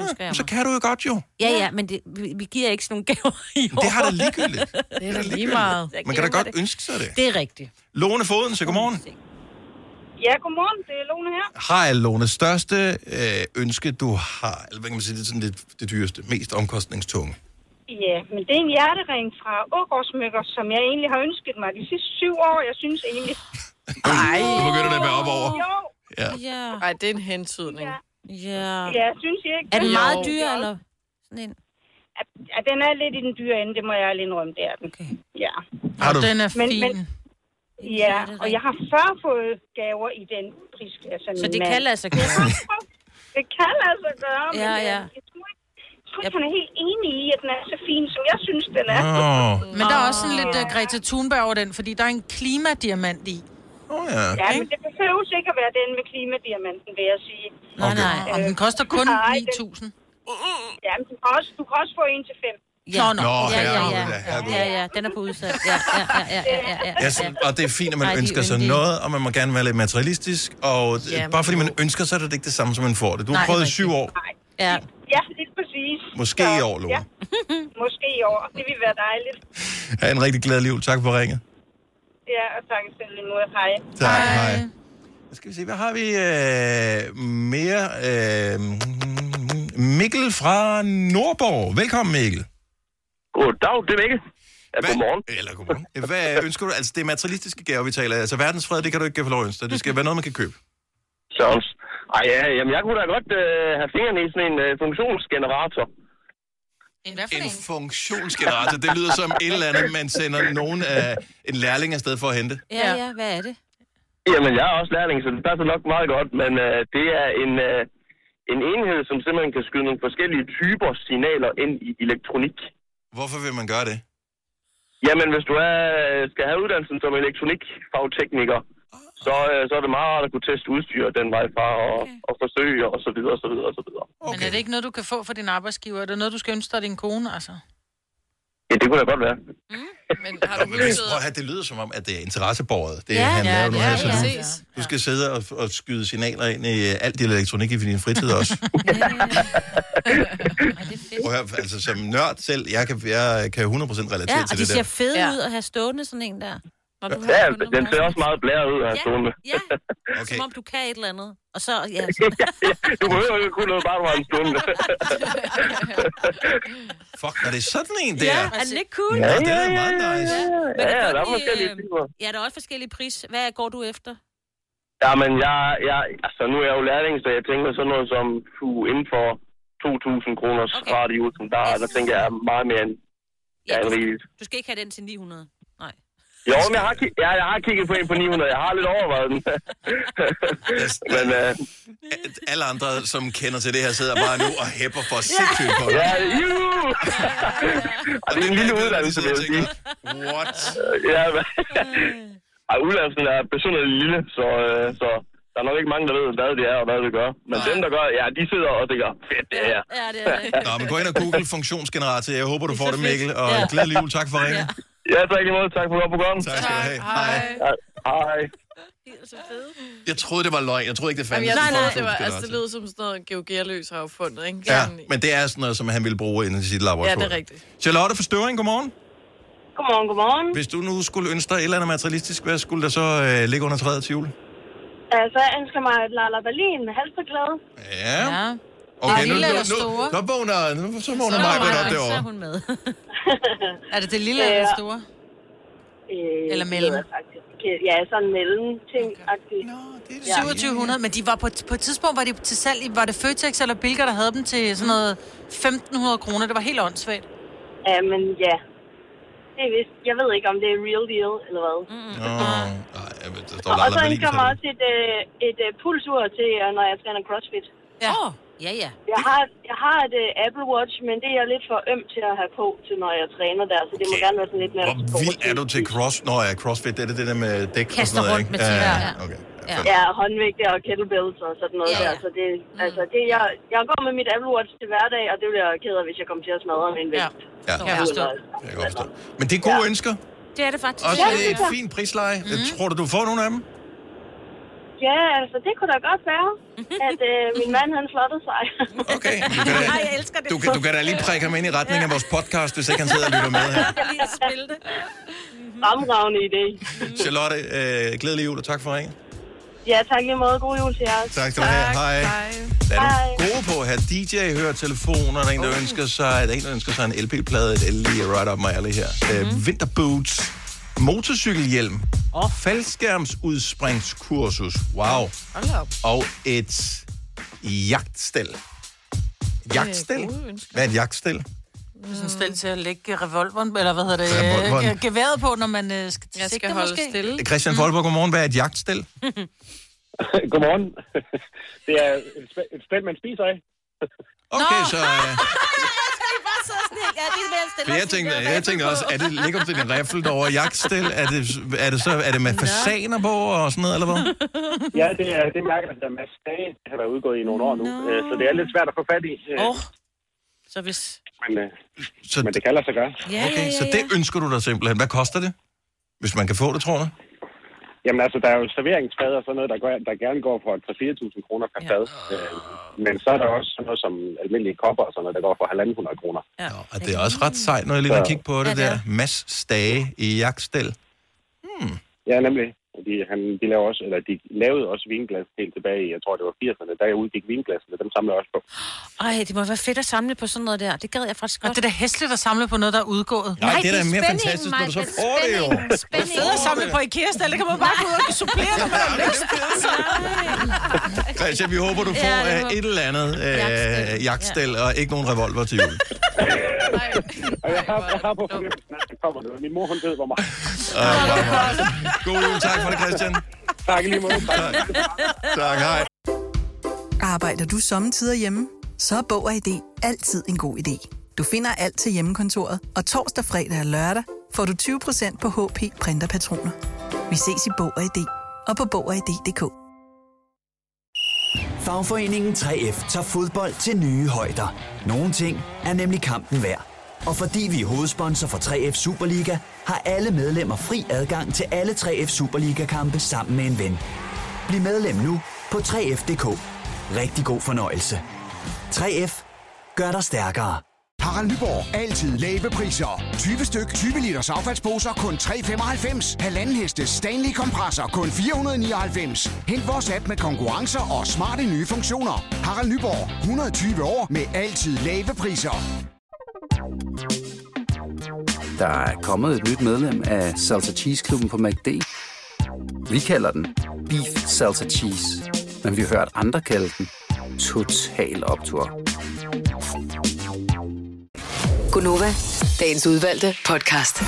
C: Ønsker jeg
A: Så
C: mig.
A: kan du jo godt jo.
C: Ja, ja, men det, vi, vi giver ikke sådan nogle gaver i år.
A: Det har da ligegyldigt.
C: Det er da
A: ligegyldigt. meget. Man kan da godt ønske sig det.
C: Det er rigtigt.
A: Lone Foden, så godmorgen.
J: Ja, godmorgen. Det er Lone her.
A: Hej, Lone. Største øh, ønske, du har, eller hvad kan man sige, det er sådan det, det dyreste, mest omkostningstunge.
J: Ja, men det er en hjertering fra Ågårdsmykker, som jeg egentlig har ønsket mig de sidste syv år. Jeg synes egentlig...
A: Nej. Øh, Nu begynder det at være op over.
J: Jo,
A: Ja.
D: Ja. Ej, det er en hentydning.
C: Ja.
J: ja, synes jeg ikke.
D: Er den meget
J: Jo.
D: dyr,
C: eller sådan en?
J: Ja, den er lidt i den dyre ende, det må jeg lige indrømme, det er den. Okay. Ja.
A: Har du-
B: den er
J: Men,
B: fin.
J: men, ja, og jeg har før fået gaver i den prisklasse. øh,
C: Så det kan lade sig gøre.
J: det kan lade sig gøre, men
C: Ja,
J: øh,
C: ja.
J: jeg tror ikke, jeg tror ikke, han er helt enig i, at den er så fin, som jeg synes, den er.
B: Men der er også sådan lidt uh, Greta Thunberg over den, fordi der er en klimadiamant i.
A: Åh oh,
J: Ja, men det behøver ikke at være den med klimadiamanten, vil jeg sige.
B: Nej, nej. Og den koster kun
J: Nej, den-
B: 9.000.
J: Ja, men du kan også, du kan også få en til fem.
A: Ja. Nå, nå. Nå,
C: ja, ja,
A: herregud, da,
C: ja.
A: herregud.
C: ja, ja, den er på udsalg. Ja, ja, ja, ja, ja, ja, ja.
A: Ja, så- og det er fint, at man
C: Ej, de er
A: ønsker sig
C: yndige.
A: noget, og man må gerne være lidt materialistisk, og d-
C: Ja,
A: bare fordi man ønsker sig, det er det ikke det samme, som man får det. Du har
J: Nej,
A: prøvet i
J: rigtigt.
A: syv år.
C: Ja.
J: Ja, lige præcis.
A: Måske i år, Lone.
J: Ja. Måske i år. Det vil være dejligt.
A: Ha' en rigtig glædelig jul. Tak for ringet.
J: Ja, og tak til din mor. Hej.
A: Tak, hej. hej. Skal vi se, hvad har vi øh, mere? Øh, Mikkel fra Nordborg. Velkommen, Mikkel.
N: Goddag, det er Mikkel. Ja, godmorgen.
A: Eller godmorgen. Hvad ønsker du? Altså, det er materialistiske gaver, vi taler. af. Altså, verdensfred, det kan du ikke få lov at ønske dig. Det skal være noget, man kan købe.
N: Sounds. Ej, ja, jamen, jeg kunne da godt øh, have fingrene i sådan en øh, funktionsgenerator.
A: En funktionsgenerator. Det lyder som et eller andet, man sender nogen af en lærling afsted for at hente.
C: Ja, ja, hvad er det?
N: Jamen, jeg er også lærling, så det passer nok meget godt, men øh, det er en, øh, en enhed, som simpelthen kan skyde nogle forskellige typer signaler ind i elektronik.
A: Hvorfor vil man gøre det?
N: Jamen, hvis du er, skal have uddannelsen som elektronikfagtekniker, så, øh, så er det meget rart at kunne teste udstyr den vej fra og, og forsøge og så videre, og så videre, og så videre.
B: Men er det ikke noget, du kan få fra din arbejdsgiver? Er det noget, du skal ønske dig din kone, altså?
N: Ja, det kunne da godt være.
B: Men
A: Har du Prøv at have, det lyder som om, at det er interessebordet. Det
B: Ja,
A: ja, han
B: ja,
A: laver
B: det
A: nu
B: er
A: her.
B: det. Ja.
A: Sådan. Du skal sidde og, og skyde signaler ind i øh, alt din elektronik i din fritid også. Prøv at høre, altså som nørd selv, jeg kan, jeg kan 100% relatere
C: Ja,
A: til
C: og
A: det
C: de ser
A: der.
C: fede ud at have stående sådan en der. Når du
N: Ja, den ser også meget blæret ud,
C: Ja,
N: her stående.
C: ja.
A: Okay.
C: Som om du kan et eller andet. Og så, ja, så.
N: du behøver ikke kunne noget, bare du har en stund.
A: Fuck, når det er sådan en der.
C: Ja, er den ikke cool?
A: Nå, det er meget nice.
C: Man kan
N: Ja,
C: få
N: der er
C: den i,
N: forskellige
C: øh,
N: typer.
C: Ja, der er også forskellige pris. Hvad går du efter?
N: Jamen, jeg, jeg, altså, nu er jeg jo lærling, så jeg tænker sådan noget som puh, inden for 2.000 kroners okay. radio, som der, er, der tænker jeg er meget mere end, ja, end rigeligt.
C: Du skal ikke have den til 900. Nej.
N: Jo, men jeg har, ki- jeg, jeg har kigget på en på 900. Jeg har lidt overvejet den. men, øh,
A: Alle andre, som kender til det her, sidder bare nu og hæpper for sindssygt på det.
N: ja, juhu! Ej, det er en lille
A: ligesom
N: uddannelse, vil jeg sige.
A: What?
N: Ja, men,
A: Mm.
N: Ej, uddannelsen er besynderligt lille, så, øh, så der er nok ikke mange, der ved, hvad det er og hvad det gør. Men dem, der gør, ja, de sidder og tænker, fedt det her.
A: Ja, det er det. Nå, men gå ind og google funktionsgenerator. Jeg håber, du får det, Mikkel. Og
N: Ja.
A: glædelig jul. Tak for ringen.
N: Ja, tak i måde. Tak for godt program.
A: Tak skal du have. Hej.
N: Hej.
A: Jeg troede, det var løgn. Jeg troede ikke, det
D: Jamen,
A: fandtes.
D: jeg
A: en
D: nej, nej, det, var, altså,
A: funktionsgenerator.
D: det lød som sådan noget, Georg Gerløs har opfundet, ikke?
A: Ja,
D: Sådan-
A: men det er sådan noget, som han ville bruge inden i sit laboratorium.
D: Ja, det er rigtigt.
A: Charlotte for Støvring, godmorgen.
O: Godmorgen, godmorgen.
A: Hvis du nu skulle ønske dig et eller andet materialistisk, hvad skulle der så øh, ligge under træet til jul?
O: Altså, jeg ønsker mig et Lala Berlin med halsbeklæde.
A: Ja.
O: Ja.
A: Okay,
O: Lille
A: nu, nu,
O: eller
A: nu,
O: store?
A: nu, vågner, nu, så vågner
O: Så
A: mig
O: vågner
A: op
O: Maja,
A: derovre.
O: så
B: hun med. er det det lille eller det store?
O: Øh,
B: Eller mellem?
O: det ved jeg faktisk ikke. Ja, sådan mellem ting Nå, det er
B: 2700, men de var på, et- på et tidspunkt var de til salg. i- Var det Føtex eller Bilka, der havde dem til sådan noget 1500 kroner? Det var helt åndssvagt.
O: Ja, men ja. Det er vist. Jeg ved ikke, om det er real deal, eller hvad. Mm.
A: Nå, nej, jeg ved, der står
O: Og så
A: Lala Berlin.
O: ønsker jeg mig
A: på den.
O: også et, øh, et øh, pulsur til, øh, når jeg træner crossfit.
B: Ja.
C: Åh, ja, ja.
O: Jeg har, jeg har et øh, Apple Watch, men det er jeg lidt for øm til at have på, til når jeg træner der, så det må gerne være sådan lidt mere...
A: Hvor vild er du til cross? Nå ja, crossfit, det er det, det der med dæk og
O: Kaster
A: sådan noget,
O: rundt
A: ikke?
O: med ting,
A: ja,
O: ja.
A: ja. Okay.
O: Ja, ja håndvægte og kettlebells og sådan noget
A: Ja,
O: ja,
A: ja.
O: ja. der. Så det, altså, det, jeg, jeg går med mit Apple Watch til hverdag, og det bliver jeg ked af, hvis jeg kommer til at smadre min vægt.
A: Ja. Kan jeg forstå. Jeg kan godt forstå. Men det er gode ja. ønsker.
C: Det er det faktisk.
A: Også ja, et fint prisleje. Mm. Tror du, du får nogle af dem?
O: Ja, altså, det kunne da godt være, at øh, min mand, han flottede sig.
A: Okay.
O: Ej, jeg elsker
A: Du kan, du kan da lige prikke ham ind i retning af vores podcast, hvis ikke han sidder og lytter med her.
O: lige spille det. Ramragende idé.
A: Mm-hmm.
O: Mm.
A: Charlotte, øh, glædelig jul, og tak for ringen.
O: Ja, tak lige måde. God jul til jer.
A: Tak skal du have. Hej. Der er
O: Hej.
A: nogle gode på at have DJ-høretelefoner. Der er en, der, ønsker sig, der, er en, der ønsker sig en LP-plade. Det er lige E right up my alley her. Mm-hmm. Øh, vinterboots. Motorcykelhjelm. Oh. Faldskærmsudspringskursus. Wow.
D: Hold da op.
A: Og et jagtstel. Jagtstel?
B: Det er Øh, gode ønsker.
A: Hvad er et jagtstel?
B: Sådan en stil til at lægge revolveren, eller hvad hedder det?
A: Revolveren.
B: øh, Geværet på, når man øh,
D: Jeg
B: skal sigte
D: skal holde
B: måske.
D: stille.
A: Christian Folberg, godmorgen. Hvad er et jagtstel?
G: Godmorgen. det er et spæ- et spænd, man spiser af.
A: Okay, så... Øh,
C: Altså, Ja, det vil jeg stille
A: For jeg tænkte, jeg tænkte også, er det ligger til en riffel derovre jagtstil? Er det, er det, så, er det med fasaner på og sådan noget, eller hvad?
G: ja, det er det mærker, at der er masser af har været udgået i nogle år nu. øh, Så det er lidt svært at få fat i. øh,
C: Så hvis...
G: Men, øh,
A: så
G: men det kan lade sig gøre.
C: Ja, ja,
A: Okay,
C: ja,
A: så
C: ja.
A: det ønsker du dig simpelthen. Hvad koster det? Hvis man kan få det, tror du?
G: Jamen altså, der er jo serveringsfad og sådan noget, der, går, der gerne går for 3-4.000 kroner per fad. Øh, Men så er der også sådan noget som almindelige kopper og sådan noget, der går for 1.500 kroner.
A: Ja. Og det er også ret sejt, når jeg lige har kigget på det der. Mads Stage i jagtstil.
G: Ja, nemlig. De, han, de, laver også, eller de lavede også vinglas helt tilbage i, jeg tror det var 80'erne, da jeg udgik vinglasene, dem samler jeg også på.
C: Ej, det må være fedt at samle på sådan noget der. Det gad jeg faktisk godt.
B: Og det er da hæsligt at samle på noget, der er udgået.
A: Nej, Nej, det er da det er mere spændingen, fantastisk, når du så Maj, det er får det jo.
B: Det er
A: spændingen,
B: fedt at samle på IKEA, eller kan man bare gå ud og supplere det med noget lyst.
A: Christian, vi håber, du
B: Ja,
A: får
B: det
A: ja,
B: håber
A: et eller andet øh, jagtstil, og ikke nogen revolver til jul.
G: Og jeg har, jeg har på fornemmelsen, at der kommer noget. Min mor, hun ved, hvor meget.
A: Ah, God jul, tak for det, Christian.
G: Tak lige måde.
A: Tak. Tak, hej.
P: Arbejder du sommetider hjemme? Så er Bog og ID altid en god idé. Du finder alt til hjemmekontoret, og torsdag, fredag og lørdag får du 20% på HP printerpatroner. Vi ses i Bog og ID og på Bog og ID.dk.
Q: Fagforeningen 3F tager fodbold til nye højder. Nogle ting er nemlig kampen værd. Og fordi vi er hovedsponsor for 3F Superliga, har alle medlemmer fri adgang til alle 3F Superliga-kampe sammen med en ven. Bliv medlem nu på 3F.dk. Rigtig god fornøjelse. 3F gør dig stærkere.
R: Harald Nyborg. Altid lave priser. 20 styk, 20 liters affaldsposer kun 3,95. Halvanden heste Stanley kompresser kun 499. Hent vores app med konkurrencer og smarte nye funktioner. Harald Nyborg. 120 år med altid lave priser.
S: Der er kommet et nyt medlem af Salsa Cheese Klubben på MACD. Vi kalder den Beef Salsa Cheese, men vi har hørt andre kalde den Total Optor.
E: Gunova, dagens udvalgte podcast.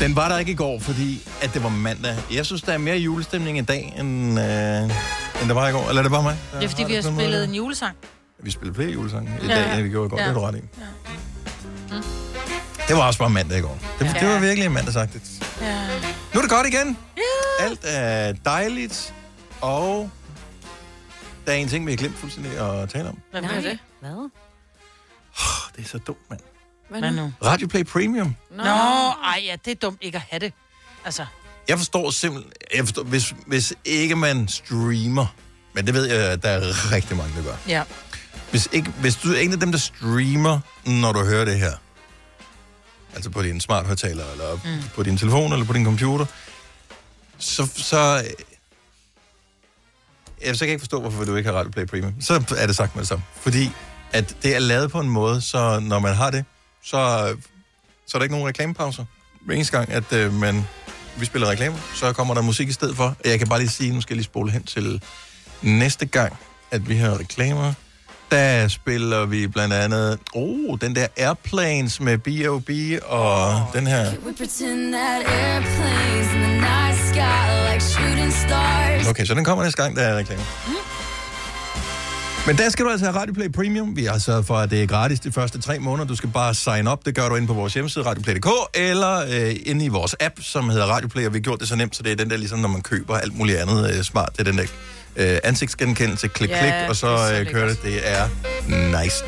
A: Den var der ikke i går, fordi at det var mandag. Jeg synes, der er mere julestemning i dag, end, øh, end der var i går. Eller er det bare mig?
B: Det er fordi, vi har spillet en julesang.
A: Vi spillede flere julesange i
B: Ja,
A: dag,
B: ja.
A: end vi gjorde i går.
B: Ja.
A: Det var du ret i. Det var også bare mandag i går. Det,
B: Ja.
A: det var virkelig mandagsagtigt.
B: Ja.
A: Nu er det godt igen. Alt er dejligt, og der er en ting, vi har glemt fuldstændig at tale om.
D: Hvad er det?
C: Hvad?
A: Oh, det er så dumt, mand.
B: Hvad nu?
A: Radio Play Premium.
B: Nå, ej, ja, det er dumt ikke at have det. Altså,
A: Jeg forstår simpelthen, jeg forstår, hvis, hvis ikke man streamer, men det ved jeg, at der er rigtig mange, der gør.
B: ja.
A: Hvis, ikke, hvis du er en af dem, der streamer, når du hører det her, altså på din smart højtaler, eller mm. på din telefon, eller på din computer, så, så, øh, ja, så kan jeg ikke forstå, hvorfor du ikke har Radio Play Premium. Så er det sagt med det samme. Fordi at det er lavet på en måde, så når man har det, så, øh, så er der ikke nogen reklamepauser. Hver eneste gang, at øh, man, vi spiller reklamer, så kommer der musik i stedet for. Jeg kan bare lige sige, nu skal jeg lige spole hen til næste gang, at vi har reklamer. Der spiller vi blandt andet, oh, den der Airplanes med B.O.B. og oh. den her.
F: We pretend that airplanes in the night sky are like shooting stars.
A: Okay, så den kommer næste gang, der er reklamer. Men der skal du altså have Radio Play Premium. Vi har sørget for, at det er gratis de første tre måneder. Du skal bare sign up. Det gør du inde på vores hjemmeside, radioplay.dk, eller øh, inde i vores app, som hedder Radio Play. Og vi har gjort det så nemt, så det er den der, ligesom når man køber alt muligt andet øh, smart. Det er den der øh, ansigtsgenkendelse, klik,
T: Ja,
A: klik, og så,
T: det er så
A: øh, kører det.
T: lækkert.
A: Det er nice.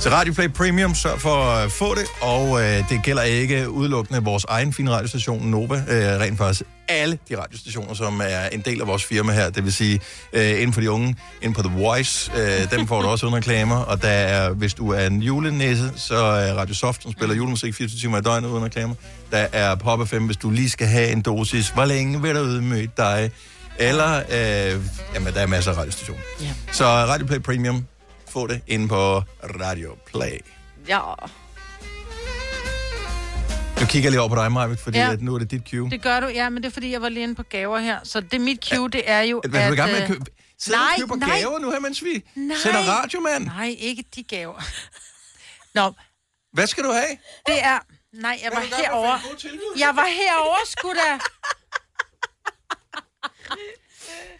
A: Så Radio Play Premium, sørg for øh, at få det, og øh, det gælder ikke udelukkende vores egen fine radiostation Nova, øh, rent faktisk alle de radiostationer, som er en del af vores firma her, det vil sige øh, inden for de unge, inden på The Voice, øh, dem får du også uden reklamer, og der er, hvis du er en julenæse, så er Radio Soft, som spiller julemusik 24 timer i døgnet uden reklamer, der er Pop FM, hvis du lige skal have en dosis, hvor længe vil der ydmyge dig, eller, øh, jamen der er masser af radiostationer.
D: Ja.
A: Så Radio Play Premium, få det inde på Radio Play.
D: Ja.
A: Nu kigger jeg lige over på dig, Maja, fordi
B: Ja.
A: ja. at nu er det dit cue.
B: Det gør du, ja, men det er fordi, jeg var lige inde på gaver her. Så det mit cue, det er jo,
A: At man er i gang med at
B: øh,
A: købe... Sidder nej, og køber nej. gaver nu her, mens vi nej. sender radio, mand.
B: Nej, ikke de gaver. Nå.
A: Hvad skal du have?
B: Det er... Nej, jeg var herover. Jeg var herover, sgu da.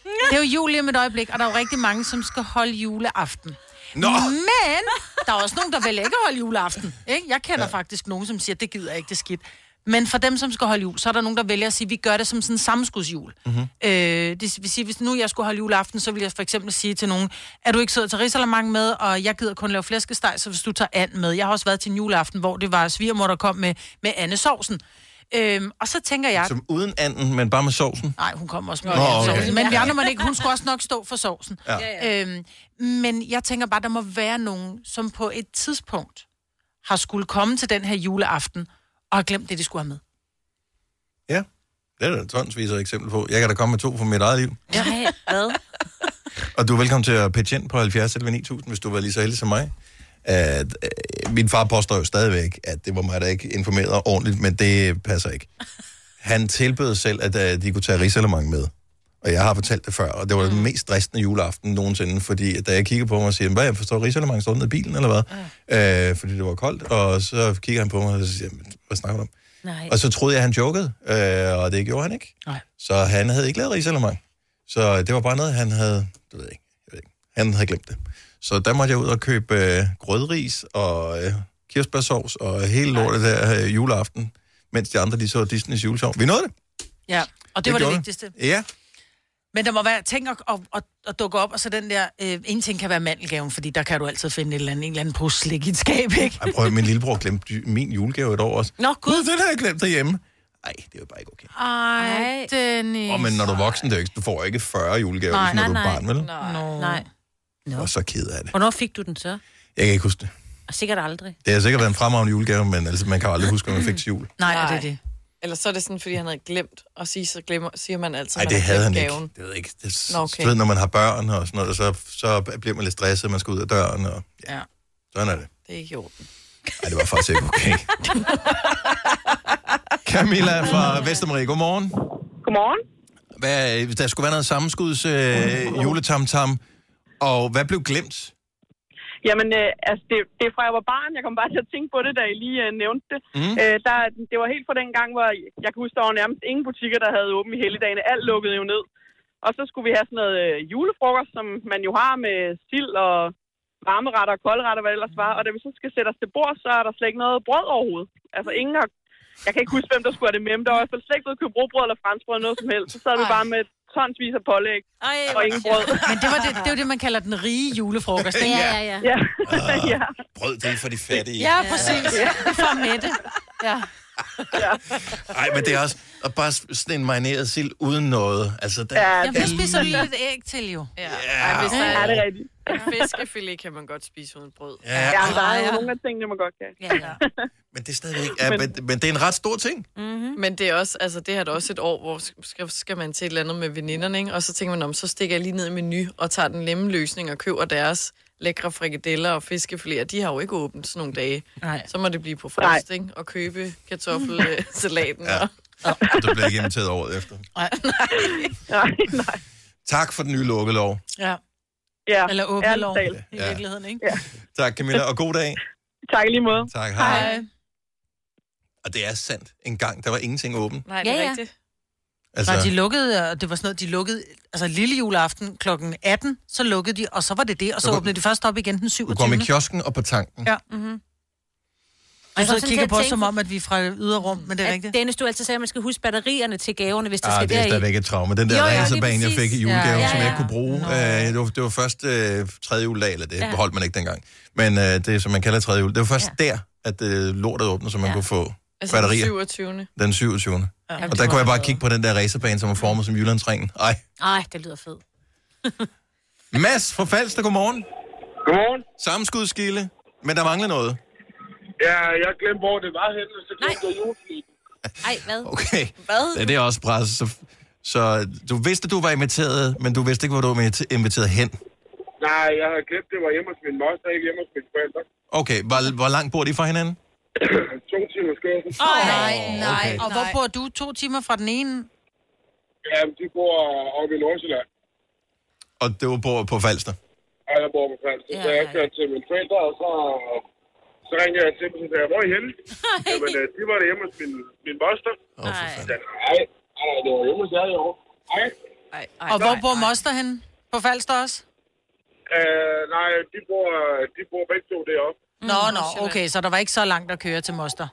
B: Det er jo jul lige om et øjeblik, og der er jo rigtig mange, som skal holde juleaften.
A: Nå.
B: Men der er også nogen, der vælger ikke at holde juleaften. Ikke? Jeg kender ja. faktisk nogen, som siger, det gider jeg ikke, det er skidt. Men for dem, som skal holde jul, så er der nogen, der vælger at sige, vi gør det som sådan en samskudsjul.
K: Mhm.
B: Mm-hmm. Øh, det vil sige, hvis nu jeg skulle holde juleaften, så ville jeg for eksempel sige til nogen, er du ikke sød til risalamang med, og jeg gider kun lave flæskesteg, så hvis du tager and med. Jeg har også været til en juleaften, hvor det var svigermor, der kom med, med andesovsen. Øhm, og så tænker jeg...
A: Som uden anden, men bare med sovsen.
B: Nej, hun kommer også med
A: Nå,
B: oh,
A: okay.
B: sovsen. Men vi andre må ikke, hun skulle også nok stå for sovsen.
A: Ja.
B: Ja. Øhm, men jeg tænker bare, der må være nogen, som på et tidspunkt har skulle komme til den her juleaften, og har glemt det, de skulle have med.
A: Ja, det er der tonsvis af eksempler på. Jeg kan da komme med to fra mit eget liv.
C: Nej, hvad?
A: Og du er velkommen til at pitche ind på 70 eller 9000, hvis du var lige så heldig som mig. At, øh, min far påstår jo stadigvæk, at det var mig, der ikke informerede ordentligt, men det passer ikke. Han tilbød selv, at øh, de kunne tage risalemang med. Og jeg har fortalt det før, og det var den mest stressende juleaften nogensinde, fordi at da jeg kigger på mig og siger, hvad, jeg forstår risalemang, står den nede i bilen, eller hvad? Øh, fordi det var koldt, og så kigger han på mig og så siger, "Men hvad snakker du om?
C: Nej.
A: Og så troede jeg, han jokede, øh, og det gjorde han ikke.
B: Nej.
A: Så han havde ikke lavet risalemang. Så det var bare noget, han havde, du ved jeg ikke, jeg ved ikke, han havde glemt det. Så der måtte jeg ud og købe øh, grødris og øh, kirsebærsovs og hele lortet der øh, juleaften, mens de andre lige så Disneys juleshow. Vi nåede det.
B: Ja, og det, det var det
A: gjorde vi.
B: vigtigste.
A: Ja,
B: Men der må være, tænk at, at, at, at dukke op, og så den der, øh, en ting kan være mandelgaven, fordi der kan du altid finde et eller andet, en eller anden pose slik i et skab, ikke?
A: Ej, prøv, at- min lillebror glemte dy- min julegave et år også.
B: Nå, gud.
A: Den har jeg glemt derhjemme. Ej, det er jo bare ikke okay.
B: Ej, Dennis.
A: Åh, oh, men når du er voksen, det er jo ikke, du får ikke 40 julegaver, nej, når du er barn, vel?
C: Nej. nej.
A: No. Og så ked af det.
C: Hvornår fik du den så?
A: Jeg kan ikke huske det.
C: Og sikkert aldrig.
A: Det har sikkert været en fremragende julegave, men altså, man kan jo aldrig huske, hvad man fik til jul.
B: Nej, er det det?
D: Eller så er det sådan, fordi han havde glemt at sige, så glemmer, siger man altid,
A: Nej,
D: man
A: det
D: har
A: havde han
D: glemt
A: ikke.
D: gaven.
A: Det ved jeg ikke. Det,
D: Nå, okay.
A: okay. ved, når man har børn og sådan noget, så, så bliver man lidt stresset, man skal ud af døren, og
B: Ja,
A: sådan er det.
D: det er ikke i orden.
A: Nej, det var faktisk ikke okay. Camilla fra Vestermarie, godmorgen.
U: Godmorgen.
A: Hvad, der skulle være noget sammenskuds øh, juletamtam, og hvad blev glemt?
V: Jamen, øh, altså, det, det er fra jeg var barn. Jeg kom bare til at tænke på det, da I lige øh, nævnte det.
A: Mm.
V: Øh, der, det var helt fra den gang, hvor jeg kan huske, der var nærmest ingen butikker, der havde åbent i helligdagene. Alt lukkede jo ned. Og så skulle vi have sådan noget øh, julefrokost, som man jo har med sild og varme retter og kolde retter, hvad det ellers var. Og da vi så skal sætte os til bord, så er der slet ikke noget brød overhovedet. Altså ingen har... Jeg kan ikke huske, hvem der skulle have det med, men der var i hvert fald slet ikke blevet købt råbrød eller franskbrød eller noget som helst. Så sad vi bare med tonsvis af pålæg Ej, og ingen brød.
B: Men det, var det, det er jo det, man kalder den rige julefrokost, ikke?
V: Ja, ja, ja. ja.
A: Brød, det er for de fattige.
B: Ja, præcis.
V: Ja.
B: Fra Mette. Ja.
A: Nej, men det er også og bare sådan en marineret sild uden noget. Altså, der,
D: Ja,
A: der
D: det
A: er
D: spiser
A: lige-
D: vi.
B: Lidt æg til jo.
D: Ja,
A: Ja.
D: Ej, hvis der
A: Ja,
D: er,
A: det er
V: rigtigt.
D: En fiskefilet kan man godt spise uden brød.
A: Ja. Ja, der er jo
V: nogle af tingene, man godt kan.
D: Ja, ja.
A: Men det er stadigvæk... Ja, men, men det er en ret stor ting.
D: Mm-hmm. Men det er også, altså det her er da også et år, hvor skal, skal man til et eller andet med veninderne, ikke? og så tænker man om, så stikker jeg lige ned i menu og tager den nemme løsning og køber deres lækre frikadeller og fiskefiléer. De har jo ikke åbent sådan nogle dage.
B: Nej.
D: Så må det blive på frost, ikke? Og købe kartoffelsalaten. ja. og...
A: Og du bliver ikke inviteret året efter.
D: Nej, nej.
A: Tak for den nye lukkelov.
B: Ja.
V: ja.
B: Eller åbne lov
V: ærligt
B: i
A: Ja.
B: virkeligheden, ikke?
V: Ja.
A: Tak, Camilla, og god dag.
V: Tak i lige måde.
A: Tak, hej. hej. Og det er sandt. En gang, der var ingenting åbent.
D: Nej, det er
B: Ja, ja.
D: rigtigt.
B: Altså... Nej, de
A: så
B: lukkede, og det var sådan noget, de lukkede, altså lille juleaften kl. 18, så lukkede de, og så var det det, og så
A: Du kom-
B: åbnede de først op igen den
A: du
B: 27.
A: kom i kiosken og på tanken.
B: Ja. Mm-hmm. Og
C: får
B: så
C: sådan til
B: kigger
C: at
B: på os
C: tænke-
B: som om, at vi er fra yderrum, men det er
C: At
B: rigtigt.
C: Dennis, du altid sagde, at man skal huske batterierne til gaverne, hvis det
A: Ah,
C: skal
A: det er
C: deri.
A: stadigvæk et traume. Den
C: Jo,
A: der
C: jo, lige
A: racerbane, jeg fik i
C: præcis.
A: julegave,
C: Ja, ja,
A: som jeg
C: ja.
A: ikke kunne bruge. Øh, det, var, det var først øh, tredje juledag, eller det
C: Ja.
A: ja. holdt man ikke dengang. Men øh, det, som man kalder tredje jule, det var først ja. der, at øh, lortet åbnede, så man ja. kunne få
D: Altså
A: batterier.
D: den 27.
A: Den 27.
D: Ja.
A: Ja.
D: Jamen,
A: Og
D: det
A: der
D: var
A: kunne jeg bare
D: bedre.
A: kigge på den der racerbane, som var formet som Jyllandsringen. Ej.
C: Nej, det lyder fedt.
A: Mads fra Falster, godmorgen.
T: Godmorgen.
A: Sammenskudskilde, men der mangler noget.
T: Ja, jeg glemte, hvor det var henne, så glemte jeg juleflisen.
C: Ej, hvad?
A: Okay.
C: Hvad?
A: Ja, det er også pres. Så, så du vidste, at du var inviteret, men du vidste ikke, hvor du var invit- inviteret hen.
T: Nej, jeg havde glemt, det var hjemme hos min moster, ikke hjemme hos mine forældre.
A: Okay, hvor, hvor langt bor de fra hinanden?
T: to timer skæsen.
B: nej, nej.
A: okay.
B: Og hvor bor du? To timer fra den ene?
T: Ja, de bor øh, oppe i Nordsjælland,
A: Og du bor på Falster.
T: og jeg bor på Falster.
B: Ja,
T: Så jeg kørte til mine forældre, og så, så ringede jeg til dem, og sagde, hvor er I henne? Jamen, øh, de var der hjemme hos min, min moster.
A: Åh, for
T: fanden. Nej, nej, det var hjemme hos jer i år. Ej.
B: Ej, og hvor bor moster henne? På Falster også?
T: Øh, nej, de bor, øh, de bor begge to deroppe.
B: Nå, nå, okay, så der var ikke så langt at køre til moster.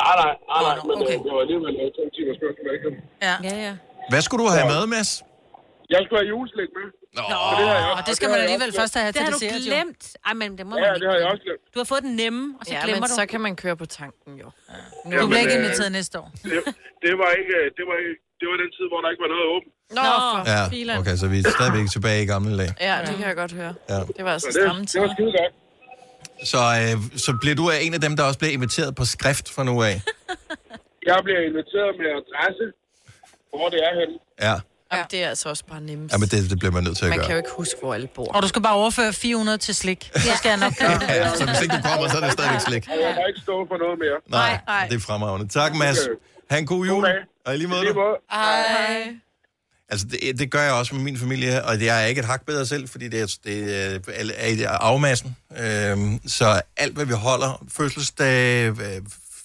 T: Nej, nej, nej, nej, men okay. det var alligevel øh, to timer skæsen, ikke?
B: Ja, ja. ja.
A: Hvad skulle du have med, Mads?
T: Jeg skulle have juleslik med.
A: Nå,
T: det, har jeg
C: Og
T: også-
C: det skal
T: har
C: man
T: jeg
C: alligevel
T: også
C: først have
T: glemt.
C: til dessert, Det har du glemt. Ej, men det må
T: Ja,
C: man
T: det har jeg også glemt.
C: Du har fået den nemme, og så
D: Ja,
C: glemmer
D: men
C: du.
D: så kan man køre på tanken, jo.
B: Du bliver ikke inviteret næste år.
T: det, det, var ikke, øh, det, var ikke, det var den tid, hvor der ikke var noget åbent.
D: Nå, for
A: Ja,
D: filan.
A: okay, så vi er stadigvæk tilbage i gamle dage.
D: Ja, det kan jeg godt høre.
A: Ja.
D: Det var altså
T: Så det-
D: stramme tider.
T: Det var skide godt.
A: Så, øh, så bliver du en af dem, der også bliver inviteret på skrift fra nu af.
T: Jeg bliver inviteret med adresse, hvor det er henne.
A: Ja,
D: Jamen, det er altså også bare nemmest.
A: ja men det, det bliver man nødt til at
D: Man
A: gøre.
D: kan jo ikke huske, hvor alle bor.
B: Og du skal bare overføre 400 til slik. Så skal jeg nok gøre det.
A: Ja, så hvis ikke du kommer, så er det stadigvæk slik.
G: Øh,
T: Og jeg må ikke stå for noget mere.
A: Nej, det er fremragende. Tak, Mads. Ha' en god jul. Og i lige måde.
T: I lige måde.
D: Ej.
A: Altså, det, det gør jeg også med min familie, og jeg er ikke et hak bedre selv, fordi det er, det er, er i afmassen. Øhm, så alt, hvad vi holder, fødselsdag, øh,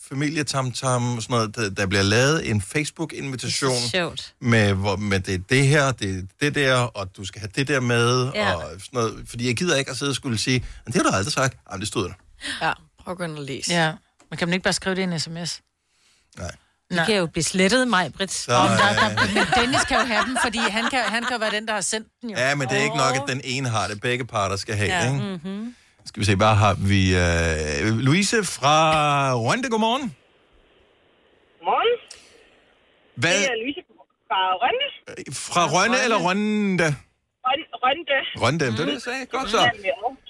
A: familietamtam og sådan noget, der, der bliver lavet en Facebook-invitation
C: sjovt.
A: med, hvor, med det er det her, det er det der, og du skal have det der med,
D: Ja.
A: ja. og sådan noget. Fordi jeg gider ikke at sidde og skulle sige, men det har du aldrig sagt. Jamen, det stod der.
D: Ja, prøv at gå ind og læse.
B: Ja, men kan man ikke bare skrive det i en sms?
C: Det kan jo blive slettet, mig, Britt.
A: Så, øh,
B: Men Dennis kan jo have dem, fordi han kan, han kan jo være den, der har sendt den. Jo.
A: ja, men det er ikke nok, at den ene har det. Begge parter skal have, ja. ikke?
B: Mm-hmm.
A: Skal vi se, hvad har vi? Øh, Louise fra Rønde, godmorgen.
J: Godmorgen.
A: Hvad? Øh,
J: Det er Louise fra Rønne.
A: Fra Rønne eller Rønde?
J: Røn, Rønne.
A: Rønde, det var det, jeg sagde. Godt så.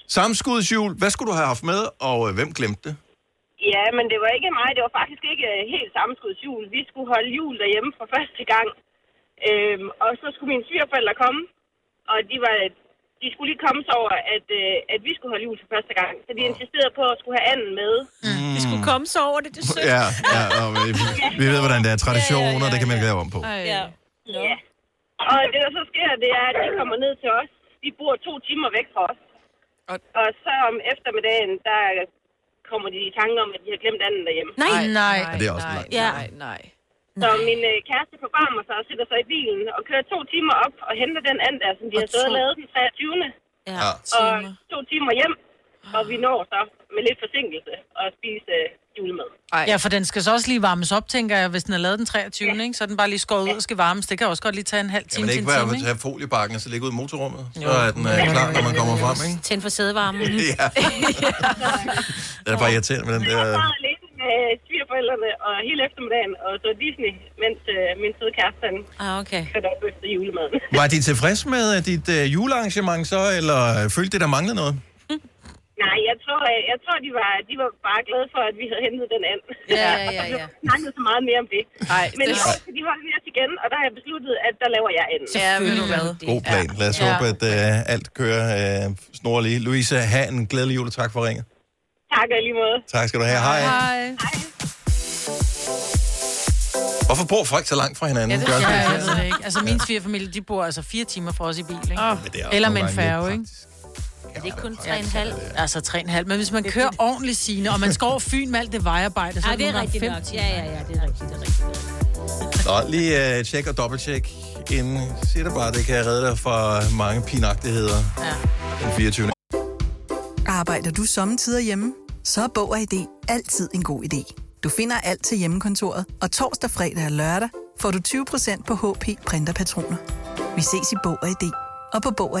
A: Samskudsjul, hvad skulle du have haft med, og øh, hvem glemte det?
J: Ja, men det var ikke mig. Det var faktisk ikke øh, helt sammenskudt jul. Vi skulle holde jul derhjemme for første gang. Øhm, og så skulle mine svigerforældre komme. Og de, var, de skulle lige komme sig over, at, øh, at vi skulle holde jul for første gang. Så de insisterede på at skulle have anden med.
A: Mm.
C: Vi skulle komme så over det, det er sødt.
A: Ja, ja og vi, vi ved, hvordan det er. Traditioner, ja, ja, ja, ja. det kan man ikke lave om på.
J: Ja. ja. Og det, der så sker, det er, at de kommer ned til os. De bor to timer væk fra os.
T: Og så om eftermiddagen, der kommer de i tanke om, at de har glemt anden derhjemme.
B: Nej, nej,
A: Og det er også nej, langt.
T: Ja.
D: Nej, nej.
T: Så min øh, kæreste forbarmer sig og sætter sig i bilen og kører to timer op og henter den anden der, som de har stået og lavet den 23.
C: Ja.
T: Og to timer hjem, og vi når så med lidt forsinkelse at spise øh, julemad.
B: Ej. Ja, for den skal så også lige varmes op, tænker jeg, hvis den er lavet den 23. Ja. Ikke? Så er den bare lige skåret ud og skal varmes. Det kan også godt lige tage en halv
A: Kan
B: time
A: man
B: til
A: ikke
B: en
A: bare
B: time.
A: at
B: Ikke?
A: tage foliebakken og så ligge ud i motorrummet? Så er den øh, klar, når man kommer frem, ikke?
C: Tænd for sædevarmen.
A: Ja. Det er bare irriterende med den
T: Jeg har
A: der...
T: meget alene med svigerforældrene og hele eftermiddagen og så Disney, mens øh, min søde kæreste han
C: ah, okay.
T: sætter op efter julemaden.
A: Var de tilfredse med øh, dit øh, julearrangement så, eller øh, følte det, der manglede noget?
T: Nej, jeg tror, øh, jeg tror de, var, de var bare glade for, at vi havde hentet den anden.
D: Ja, ja, ja, ja.
T: Og så snakkede så meget mere om det.
D: Ej,
T: Men
D: det-
T: i år skal de holde ved os igen, og der har jeg besluttet, at der laver jeg anden.
D: Ja, ved du hvad?
A: God plan. Lad os
T: Ja.
A: håbe, at øh, alt kører øh, snorlig. Louise, have en glædelig jul, og tak for ringet.
T: Tak og i lige måde.
A: Tak skal du have. Hej. Hvorfor bor folk så langt fra hinanden?
B: Ja, det,
A: Gør
B: ja,
A: de
B: jeg ved det ikke. Altså, min svigerfamilie, de bor altså fire timer fra os i bil, ikke? Oh.
A: Men det er også
B: Eller med
A: nogle
B: en
A: gange lidt
B: færge, ikke?
A: Ja,
B: det er kun
C: 3,5.
B: Altså 3,5. Men hvis man kører ordentligt, sine og man skal over Fyn med alt det vejarbejde, så
C: Ej, det er
B: nogle gange
C: rigtigt
B: fem-
C: nok. Ja, ja, ja, det er rigtigt, det er rigtigt.
A: Nå, lige øh, tjek og dobbelttjek inden. Sig det bare, det kan redde dig fra mange pinagtigheder ja. den 24.
P: Arbejder du sommetider hjemme? Så er Bog og ID altid en god idé. Du finder alt til hjemmekontoret, og torsdag, fredag og lørdag får du 20% på HP printerpatroner. Vi ses i Bog og ID og på Bog og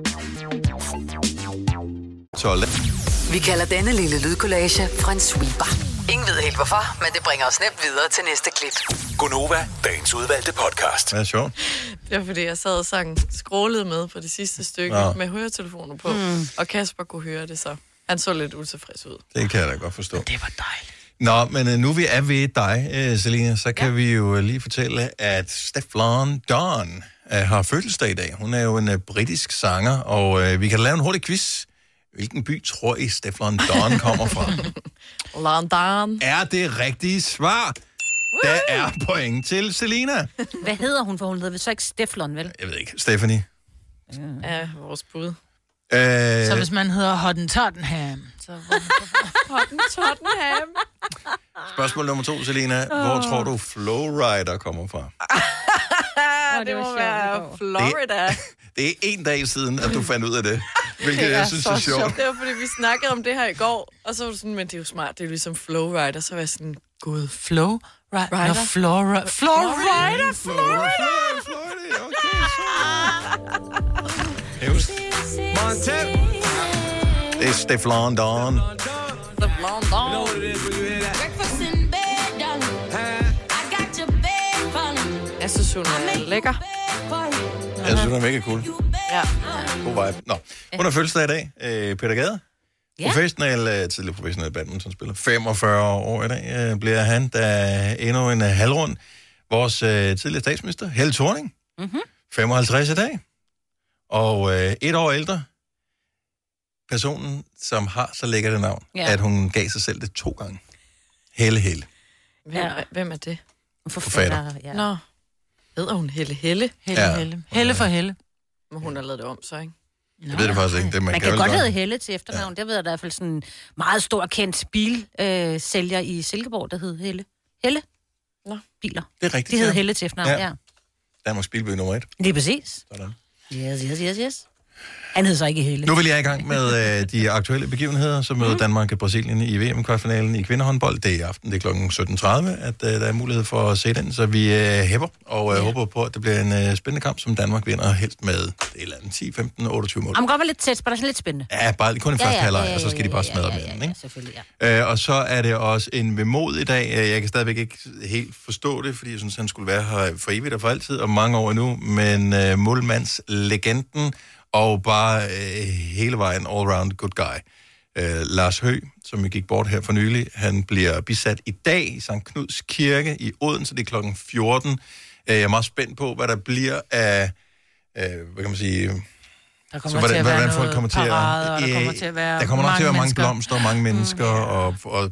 A: 12.
E: Vi kalder denne lille lydkollage Frans sweeper. Ingen ved helt hvorfor, men det bringer os nemt videre til næste klip.
K: Gunova, dagens udvalgte podcast.
A: Det er sjovt.
D: Det var fordi, jeg sad og sang skrålet med på det sidste stykke
A: Nå.
D: ja. med høretelefoner på.
A: Mm.
D: Mm. Og Kasper kunne høre det så. Han så lidt utilfreds ud.
A: Det kan jeg da godt forstå. Det var dejligt. Nå, men øh, nu vi er ved dig, øh, Selina, så kan ja. vi jo øh, lige fortælle, at Stefan Don øh, har fødselsdag i dag. Hun er jo en øh, britisk sanger, og øh, vi kan lave en hurtig quiz. Hvilken by tror I, Stefan Don kommer fra?
D: London.
A: er det rigtige svar? Der er point til Selina.
C: Hvad hedder hun, for hun hedder vel så ikke Steflon, vel?
A: Jeg ved ikke. Stephanie.
D: Ja, vores bud.
A: Øh,
B: Så hvis man hedder Hottentottenham, så...
D: Potten Tottenham.
A: Spørgsmål nummer to, Selina. Hvor
D: Åh.
A: tror du Flowrider kommer fra?
D: det, det må være Florida.
A: Det er en dag siden, at du fandt ud af det, hvilket jeg synes er sjovt.
D: Det var fordi, vi snakkede om det her i går, og så var du sådan, men det er jo smart, det er jo ligesom Flowrider. Så var jeg sådan, gud, Flow?
B: Right.
D: Rider.
B: Nå, Flora... Florida, Florida!
A: Hævst. Montel. Det er Stefan Don.
D: The blonde dog.
F: Breakfast in bed, darling. I got your bed, darling.
D: Jeg synes, hun er lækker.
A: Jeg synes, hun er mega cool.
D: Ja.
A: God vibe. Nå, hun har fødselsdag i dag. Øh, Peter Gade.
C: Ja.
A: Professionel, øh, tidligere professionel badmintonspiller. 45 år i dag øh, bliver han, der er endnu en øh, halvrund. Vores øh, tidligere statsminister, Helle Thorning.
F: Mm-hmm.
A: 55 i dag. Og øh, et år ældre. Personen, som har så lækkert et navn,
D: Ja.
A: ja. at hun gav sig selv det to gange. Helle Helle.
D: Hvem, ja. hvem er det?
A: Forfatter.
D: Ja. Nå. Hedder hun Helle Helle?
A: Helle Ja. Helle.
B: Helle for Helle.
D: Men hun har lavet det om, så ikke?
A: Jeg ved det faktisk ikke. Det, man,
C: Man,
A: kan
C: kan,
A: vel
C: godt hedde Helle til efternavn. Ja. Det ved jeg, der er i hvert fald sådan en meget stor kendt bilsælger øh, sælger i Silkeborg, der hed Helle. Helle?
D: Nå.
C: Biler.
A: Det er rigtigt.
C: De hed
A: ja.
C: Helle til efternavn, ja. ja.
A: Danmarks Bilby nummer et.
C: Lige præcis.
A: Sådan.
C: Yes, yes, yes, yes. Han hed så ikke Helle.
A: Nu vil jeg i gang med øh, de aktuelle begivenheder, som møder Danmark og Brasilien i VM-kvartfinalen i kvindehåndbold. Det er i aften, det er kl. 17.30, at øh, der er mulighed for at se den, så vi øh, hæpper og øh, håber på, at det bliver en øh, spændende kamp, som Danmark vinder helst med et eller andet 10, 15, 28 mål.
C: Han godt være lidt tæt, men det er sådan lidt spændende.
A: Ja, bare kun en
C: Ja,
A: første
C: ja,
A: halvleg,
C: ja,
A: og så skal de
C: ja,
A: bare
C: ja,
A: smadre
C: ja,
A: dem, ikke?
C: Selvfølgelig, ja.
A: Øh, og så er det også en vemod i dag. Øh, Jeg kan stadigvæk ikke helt forstå det, fordi jeg synes, han skulle være her for evigt og for altid, og mange år endnu. Men øh, målmandslegenden og bare øh, hele vejen all-round good guy. Øh, Lars Hø, som vi gik bort her for nylig, han bliver bisat i dag i St. Knuds Kirke i Odense. Det er klokken 14. Øh, jeg er meget spændt på, hvad der bliver af... Øh, hvad kan man sige...
B: Der
A: Så hvordan, hvordan folk kommer til at...
B: parade, og der
A: Ja,
B: kommer til at være
A: der kommer nok til at være mange Mm.
B: mennesker.
A: blomster og mange mennesker, og, og,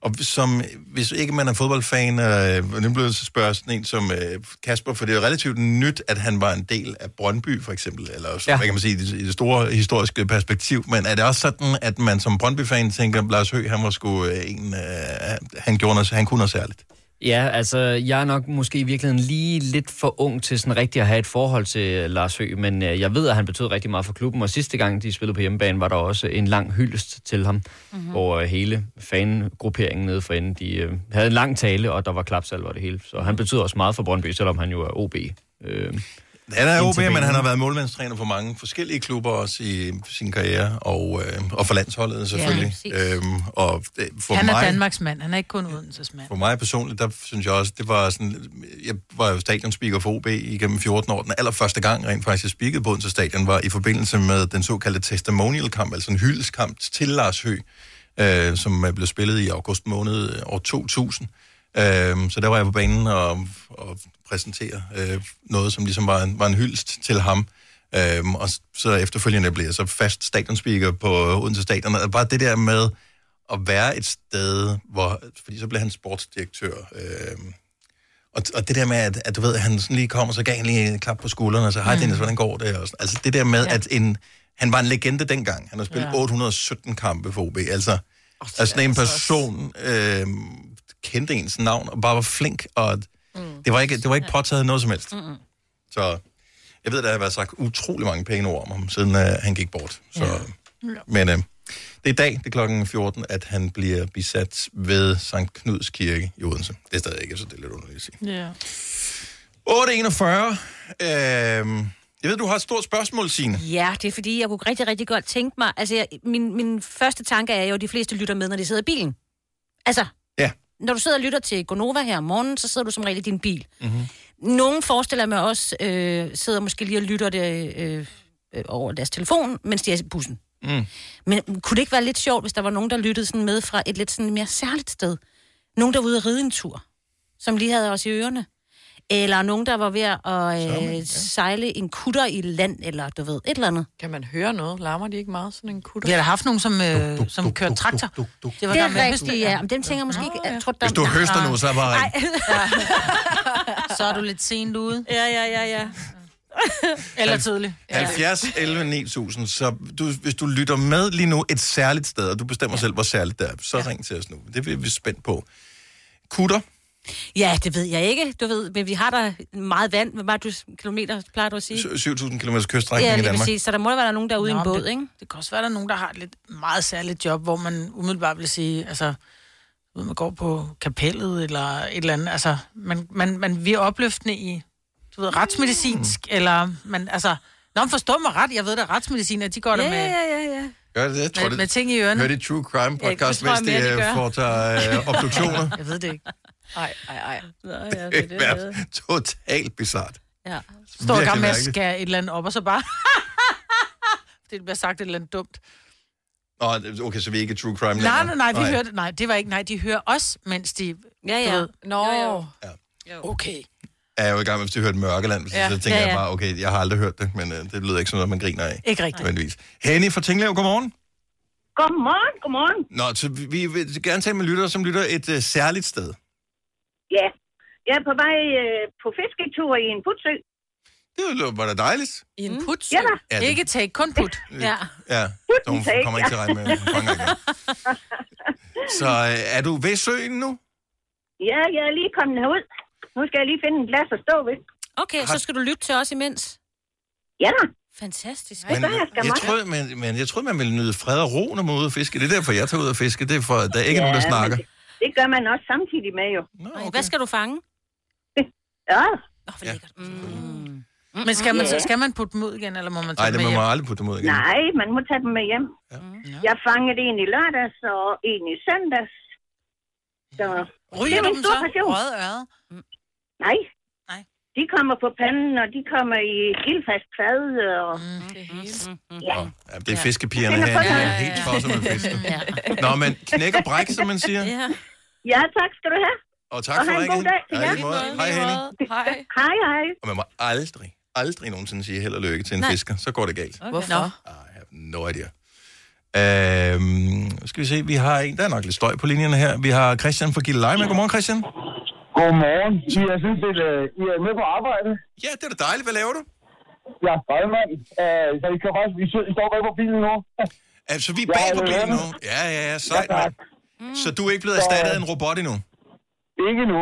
A: og som, hvis ikke man er fodboldfan, øh, nu blev jeg så spørget sådan en som øh, Kasper, for det er jo relativt nyt, at han var en del af Brøndby, for eksempel, eller ja. hvad kan man sige, i det, i det store historiske perspektiv, men er det også sådan, at man som Brøndby-fan tænker, Lars Høgh, han var sgu øh, en, øh, han, gjorde noget, han kunne noget særligt?
W: Ja, altså, jeg er nok måske i virkeligheden lige lidt for ung til sådan rigtig at have et forhold til øh, Lars Høgh, men øh, jeg ved, at han betød rigtig meget for klubben, og sidste gang, de spillede på hjemmebane, var der også en lang hyldest til ham, mm-hmm. hvor øh, hele fangrupperingen nede for enden, de øh, havde en lang tale, og der var klapsalver og det hele, så han betød også meget for Brøndby, selvom han jo er OB. Øh,
A: Han er OB,
W: indtil
A: men han
W: videre.
A: har været målmandstræner for mange forskellige klubber også i sin karriere, og, øh, og for landsholdet selvfølgelig. Ja,
B: præcis.
A: øhm, og det, for
B: han er
A: mig,
B: Danmarks mand, han er ikke kun Odenses mand.
A: For mig personligt, der synes jeg også, det var sådan, jeg var jo stadionspeaker for OB igennem 14 år. Den allerførste gang rent faktisk, jeg speakede på Odense Stadion, var i forbindelse med den såkaldte testimonial-kamp, altså en hyldeskamp til Lars Høgh, øh, som øh, blev spillet i august måned øh, år 2000. Øh, så der var jeg på banen og, og præsentere øh, noget, som ligesom var en, var en hyldest til ham. Øhm, og s- så efterfølgende blev jeg så fast stadionspeaker på øh, Odense Stadion. Og bare det der med, at være et sted, hvor, fordi så blev han sportsdirektør. Øh, og, og det der med, at, at du ved, at han sådan lige kommer, så gav han lige en klap på skuldrene, og så, hej
K: Mm.
A: Dennis, hvordan går det? Og sådan. Altså det der med,
K: Ja.
A: ja. at en, han var en legende dengang. Han har spillet
K: Ja.
A: ja. 817 kampe for OB. Altså, oh, altså sådan en person øh, kendte ens navn, og bare var flink, og mm. det var ikke, det var ikke påtaget noget som helst. Mm. Så jeg ved, der har været sagt utrolig mange pæne ord om ham, siden øh, han gik bort. Så, ja. Men øh, det er i dag, det er klokken 14, at han bliver bisat ved Sankt Knuds Kirke i Odense. Det er stadig ikke, så det er lidt underligt at sige.
B: Ja.
A: 841. Øh, jeg ved, du har et stort spørgsmål, Signe.
C: Ja, det er fordi, jeg kunne rigtig, rigtig godt tænke mig... Altså, jeg, min, min første tanke er jo, at de fleste lytter med, når de sidder i bilen. Altså,
A: Ja.
C: når du sidder og lytter til Gonova her om morgenen, så sidder du som regel i din bil.
A: Mm-hmm.
C: Nogle forestiller mig også, øh, sidder måske lige og lytter det øh, øh, over deres telefon, mens de er i bussen.
A: Mm.
C: Men kunne det ikke være lidt sjovt, hvis der var nogen, der lyttede sådan med fra et lidt sådan mere særligt sted? Nogen, der var ude at ride en tur, som lige havde os i ørerne. Eller nogen, der var ved at øh,
D: Sørme, ja.
C: sejle en kutter i land, eller du ved, et eller andet.
D: Kan man høre noget? Larmer de ikke meget, sådan en kutter?
B: Vi har da haft nogen, som, øh, som kørte traktor.
C: Det,
B: var
C: det
B: der
C: er
B: med
C: rigtigt,
B: høstager.
C: ja. Men dem tænker jeg måske ikke... Jeg tror, der...
A: Hvis du høster nu, så er bare...
C: Ej.
B: Så er du lidt sent ude.
C: Ja, ja, ja, ja.
B: Eller tidligt.
A: Ja. 70, 11, 9000. Så du, hvis du lytter med lige nu et særligt sted, og du bestemmer ja. selv, hvor særligt det er, så ja. ring til os nu. Det er vi spændt på. Kutter.
C: Ja, det ved jeg ikke, du ved. Men vi har der meget vand. Hvad var du kilometer, plejer du at sige?
A: 7.000 km kyststrækning
C: Ja,
A: i
C: lige
A: Danmark.
C: præcis. Så der må da være nogen, der er ude i en
B: Nå, men
C: båd,
B: det,
C: ikke?
B: Det kan også være, der er nogen, der har et lidt meget særligt job, hvor man umiddelbart vil sige, altså, ved, man går på kapellet eller et eller andet. Altså, man, man, man vi er opløftende i, du ved, retsmedicinsk, mm. eller man, altså, Nå, men forstå mig ret, jeg ved da, retsmedicin, at de går der
C: Ja,
B: med...
C: ja, ja, ja.
A: Gør det det? Jeg tror,
B: Med-
A: det,
B: med ting i ørerne.
A: Hør det True Crime
B: Ja, det
A: podcast,
B: tror jeg
A: hvis det
B: mere, de
A: øh,
B: gør.
A: foretager øh, obduktioner.
B: Jeg ved det ikke.
D: Ej, ej, ej.
C: Nå, ja, det er
A: det er været totalt bizart.
C: Ja.
B: Står der
A: Virkelig
B: gang med at
A: mærkeligt.
B: skære et eller andet op, og så bare... det bliver sagt et eller andet dumt.
A: Nå, okay, så vi er ikke True Crime
B: Nej, nej, nej, vi hørte... Nej, det var ikke... Nej, de hører os, mens de...
C: Ja, ja.
B: Nå.
D: Jo,
B: Ja. Okay.
A: Jeg er jo i gang med, hvis du hørte Mørkeland, ja.
B: Ja.
A: så
B: Ja,
A: tænker ja,
B: ja.
A: ja. jeg bare, okay, jeg har aldrig hørt det, men øh, det lyder ikke sådan noget, man griner af.
B: Ikke rigtigt.
A: Nødvendigvis. Henny fra Tinglev, godmorgen.
J: Godmorgen, godmorgen.
A: Nå, så vi- vi vil gerne tale med lyttere, som lytter et øh, særligt sted.
J: Ja, jeg er på vej øh, på fisketur i en putsø. Mm.
A: Det lyder- var da dejligt.
B: I en put?
J: Ja da.
A: Ja, det-
B: Ikke take, kun put.
A: Ja. Ja, så hun
J: take,
A: Øh, kommer ikke til at regne med, at hun fanger igen. Så øh, er du ved søen nu?
J: Ja, jeg er lige kommet herud. Nu skal jeg lige finde en glas at stå ved.
C: Okay, så skal du lytte til os imens.
J: Ja da.
C: Fantastisk.
A: Men, jeg, troede, men, men jeg troede, man ville nyde fred og ro, når man er ude at fiske. Det er derfor, jeg tager ud og fiske. Det er for, at der er ikke ja, nogen, der
O: men
A: snakker.
O: Det, det gør man også samtidig med jo.
C: Nå, okay. Hvad skal du fange?
O: Ja,
B: Mm. Men skal man,
O: Ja.
B: så, skal man putte dem ud igen, eller må man tage
A: Nej,
B: dem
A: det må
B: med
A: man
B: hjem?
A: aldrig putte dem ud igen.
O: nej, man må tage dem med hjem.
B: Mm,
O: Ja. Jeg fangede en i lørdags og en i søndags. Så
B: Ryger
O: det er
B: du
O: min
B: dem
O: store
B: så?
O: passion.
B: Røde øret?
O: Nej. Nej. De kommer på panden, og de kommer i ildfast fad. Og...
B: Mm-hmm.
A: Mm-hmm.
O: Mm, ja.
A: Ja, det er fiskepigerne her.
O: Finder på
A: De er
O: noget.
A: helt tosset med fisk. Nå, men knæk og bræk, som man siger.
O: Ja. ja, tak skal du have.
A: Og tak
O: og
A: for
O: have en god
A: ringen.
O: dag til
A: Ja, i
O: jer.
A: lige måde. Hej, Henning.
O: Hej. Hej, hej.
A: Og man må aldrig, aldrig nogensinde sige held og lykke til en
O: Nej.
A: fisker. Så går det galt.
O: Okay. Hvorfor?
A: No idea. Øhm, skal vi se, vi har en, der er nok lidt støj på linjerne her. Vi har Christian fra Gilleleje med. Godmorgen, Christian.
X: Godmorgen. I er sådan set øh, I er med på arbejde.
A: Ja, det er da dejligt. Hvad laver du?
X: Jeg er brevmand, øh, så I, kan faktisk, I, sidder- I står bag på bilen nu.
A: Altså, vi er bag på bilen nu. Ja, ja, ja, sejt, mand. Så du er ikke blevet
X: Så- øh,
A: erstattet af en robot endnu?
X: Ikke nu.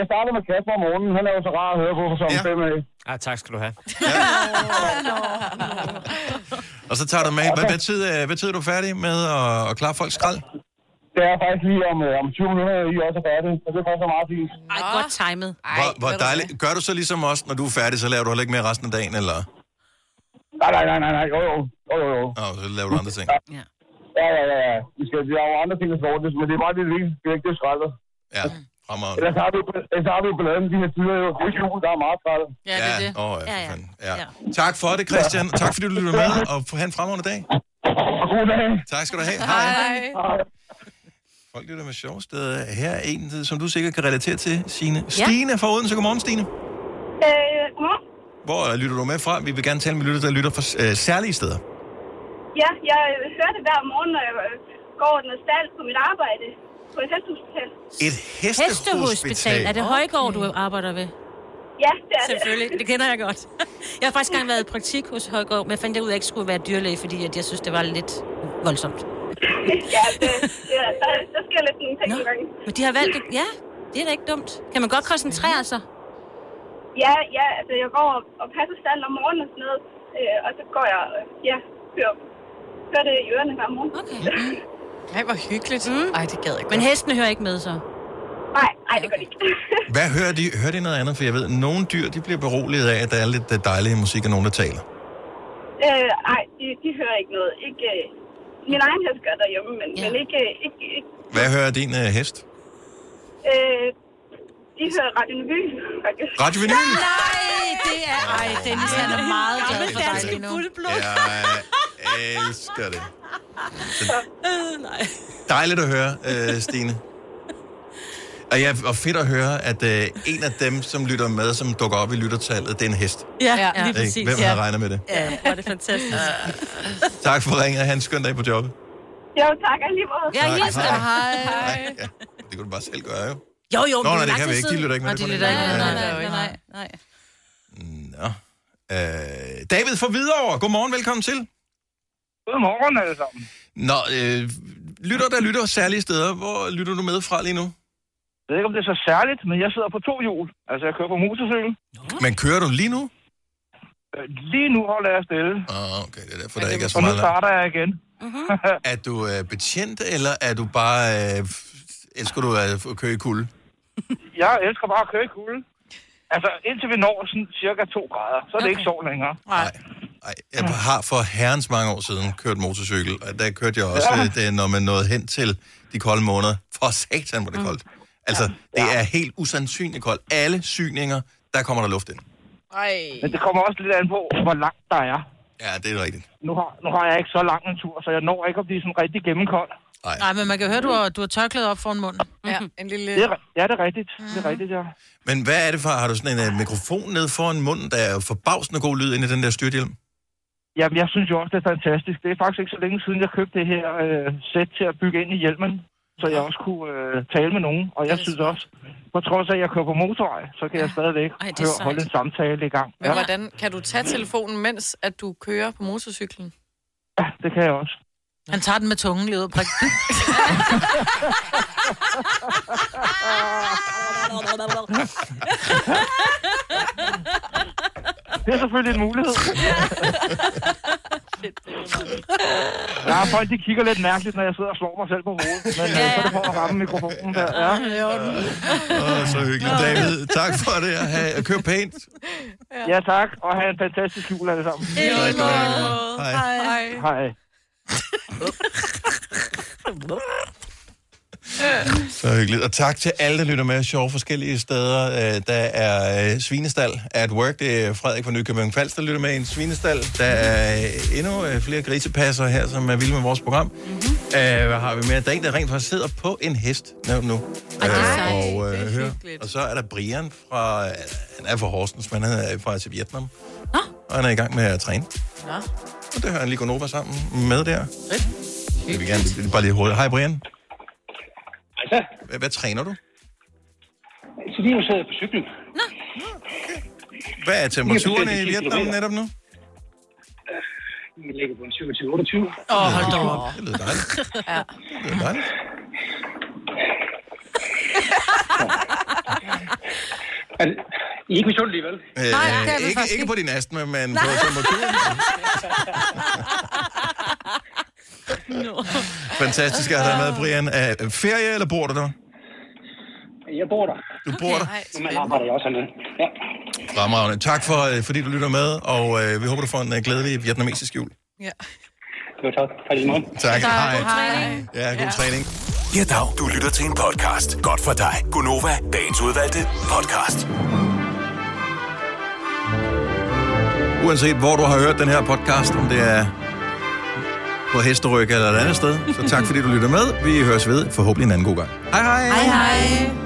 X: Jeg starter med Kasper om morgenen. Han er jo så rar at høre på for som ja. 5 af.
W: Ah, tak skal du have.
A: Og så tager du med. Hvad, hvad, tid, er- hvad tid er du færdig med at, at klare folks skrald?
X: Det er faktisk lige om, øh, om 20 minutter, I også er færdige. Så det er faktisk meget fint.
C: Ej, godt timet.
A: Hvor, hvor dejligt. Gør du så ligesom os, når du er færdig, så laver du heller ikke mere resten af dagen, eller?
X: Nej, nej, nej, nej, nej. Jo, jo. Jo, jo, jo.
A: Nå, så laver du andre ting.
X: Ja, ja, ja. ja. Vi skal, vi har jo andre ting, der skal ordnes, men det er bare det vigtigste. Det er ikke det skraldet.
A: Ja, fremragende.
X: Ellers har vi, ellers har vi jo balladen de her tider jo. Det er jul, der er meget skraldet.
A: Ja, det er det. Åh, ja, for fanden. Ja. Tak for det, Christian. Tak fordi du lyttede med, og have en fremragende dag.
X: Og god dag.
A: Tak skal du have. Hej. Folk lytter med sjove steder. Her er en, som du sikkert kan relatere til, Signe. Stine fra Odense. Godmorgen, Stine.
X: Øh, godmorgen.
A: Hvor øh, lytter du med fra? Vi vil gerne tale med lytter, der lytter fra øh, særlige steder.
J: Ja, jeg øh, hører det hver morgen, når jeg øh, går den stald på mit arbejde på et hestehospital.
A: Et hestehospital.
C: Er det Højgaard, du arbejder ved?
J: Ja, det er det.
C: Selvfølgelig, det kender jeg godt. Jeg har faktisk engang været i praktik hos Højgaard, men jeg fandt ud af, at jeg ikke skulle være dyrlæge, fordi at jeg synes, det var lidt voldsomt.
J: ja, det, det er, der, der sker lidt nogle ting nogle gange.
C: Men de har valgt det. Ja, det er da ikke dumt. Kan man godt koncentrere sig?
J: Ja, ja, altså jeg går og, og passer stald om morgenen og sådan noget, øh, og så går jeg, øh, ja, hører, hører det i ørerne hver morgen.
C: Okay.
D: Ej, hvor hyggeligt. Mm. Ej, det gad jeg godt.
C: Mm-hmm. Men hestene hører ikke med så.
J: Nej, nej, det gør det ikke.
A: Hvad hører de? Hører de noget andet? For jeg ved, nogle dyr de bliver beroliget af, at der er lidt øh, dejlig musik og nogen, der taler.
J: Øh, nej, de, de hører ikke noget. Ikke, øh, min egen hest gør derhjemme, men, ja. men ikke, øh, ikke, ikke
A: Hvad hører din øh, hest?
J: øh, de hører Radio Vinyl, faktisk.
A: Radio Vinyl?
C: Nej, det er... Ej, Dennis, han er meget glad for dig lige nu.
A: Jeg elsker det.
C: Øh,
A: Dejligt at høre, øh, Stine. Og, ja, og fedt at høre, at øh, en af dem, som lytter med, som dukker op i lyttertallet, det er en hest.
C: Ja, ja, lige
A: Ikke?
C: præcis.
A: Hvem havde regnet med det?
C: Ja, hvor er det fantastisk.
A: Tak for ringen, og have en skøn dag på jobbet.
J: Jo, tak alligevel.
A: Ja, Tak, hils hej. dem.
C: Hej.
A: Det kunne du bare selv gøre, jo.
C: Jo, jo,
A: Nå,
C: men
A: nej,
C: det
A: det
C: er
A: kan
C: lang tid
A: vi ikke. De
C: siden.
A: lytter ikke med.
C: Og de
A: det
C: lytter
A: kun
C: ikke
A: en.
C: med,
A: Ja,
C: nej,
A: ja, ja.
C: nej.
D: nej, nej.
A: Nå. Øh, David fra Hvidovre. Godmorgen, velkommen til.
X: Godmorgen alle sammen.
A: Nå, øh, lytter der lytter særlige steder. Hvor lytter du med fra lige nu?
X: Jeg ved ikke, om det er så særligt, men jeg sidder på to hjul. Altså, jeg kører på motorcykel.
A: Men kører du lige nu?
X: Øh, Lige nu holder jeg stille.
A: Ah, okay, det Mhm. er derfor, der ikke er så
X: Og nu
A: meget larm.
X: starter jeg igen.
A: Er du øh, betjent, eller er du bare... Øh, f- elsker du øh, at køre i kulde?
X: Jeg elsker bare at køre i kulden. Altså, indtil vi når sådan cirka 2 grader, så er det okay. ikke sjovt længere.
A: Nej.
X: Mm.
A: Jeg har for herrens mange år siden kørt motorcykel, og der kørte jeg også,
X: Ja.
A: ja. det, når man nåede hen til de kolde måneder. For satan, hvor det
X: Mm.
A: koldt. Altså, det er helt usandsynligt koldt. Alle syninger, der kommer der luft ind.
D: Ej.
X: Men det kommer også lidt an på, hvor langt der er.
A: Ja, det er rigtigt.
X: Nu har, nu har jeg ikke så lang en tur, så jeg når ikke at blive sådan rigtig gennemkold.
B: Nej, men man kan høre, du har, du har tørklædet op foran munden. Ja, en lille...
X: Det er, ri- ja, det er rigtigt. Det
A: Mhm.
X: er rigtigt, ja.
A: Men hvad er det for? Har du sådan en uh, mikrofon ned foran munden, der er forbavsende god lyd ind i den der styrthjelm?
X: Jamen, jeg synes jo også, det er fantastisk. Det er faktisk ikke så længe siden, jeg købte det her øh, sæt til at bygge ind i hjelmen, så jeg også kunne øh, tale med nogen. Og jeg synes også, på trods af, at jeg kører på motorvej, så kan jeg stadigvæk
D: Ej, det er
X: høre,
D: sejt.
X: holde en samtale i gang.
D: Men hvordan kan du tage telefonen, mens at du kører på motorcyklen?
X: det kan jeg også.
B: Han tager den med tungen lige ud og prik.
X: Det er selvfølgelig en mulighed. ja, folk de kigger lidt mærkeligt, når jeg sidder og slår mig selv på hovedet. Men ja, ja. så er det for at ramme mikrofonen der. Ja.
A: Åh, så hyggeligt, David. Tak for det. og Ha' og køb pænt.
X: ja, tak. Og have en fantastisk jul alle sammen.
A: Hej.
X: Hej. Hej.
A: Så hyggeligt. Og tak til alle, der lytter med. Sjove forskellige steder. Øh, Der er øh, Svinestal at work. Det er Frederik fra Nykøbing Falster, der lytter med i en Svinestal. Der er øh, endnu øh, flere grisepasser her, som er vilde med vores program. Mm-hmm. Hvad har vi mere? Der er en, der rent faktisk sidder på en hest nu. nu. Øh, og, øh, hører. og så er der Brian fra... øh, Han er fra Horsens, men han er fra til Vietnam. Nå. Og han er i gang med at træne.
D: Nå.
A: Og det hører han lige Gonova sammen med der. Jeg vil gerne det er bare lige hurtigt. Hej Brian.
L: Hej så.
A: Hvad, hvad træner du?
L: Så lige nu sidder jeg på cyklen.
A: Hvad er temperaturen i Vietnam netop nu?
L: Vi Øh, ligger på en 27-28.
B: Åh, oh, hold da op.
A: Det lyder dejligt. Det lyder dejligt.
L: Er det, I er ikke misundelige, vel?
A: Øh,
L: Nej, det er vi
A: ikke,
L: faktisk
A: ikke
L: ikke.
A: på din astma, men på temperaturen. Fantastisk at have dig med, Brian. Er ferie, eller bor du der?
L: Jeg bor der.
A: Du bor der?
L: Men jeg arbejder jeg også hernede. Ja.
A: Fremragende. Tak, for, øh, fordi du lytter med, og øh, vi håber, du får en øh, glædelig vietnamesisk jul.
L: ja. Jo, tak. Tak lige måde.
A: Tak.
D: Altså,
L: Tak.
A: Hej.
L: God træning.
A: Ja, god
L: Ja.
A: træning.
K: Ja, dag. Du lytter til en podcast. Godt for dig. Gunova, dagens udvalgte podcast.
A: Uanset hvor du har hørt den her podcast, om det er på Hesteryg eller et andet sted, så tak fordi du lytter med. Vi høres ved forhåbentlig en anden god gang. Hej hej.
F: Hej hej.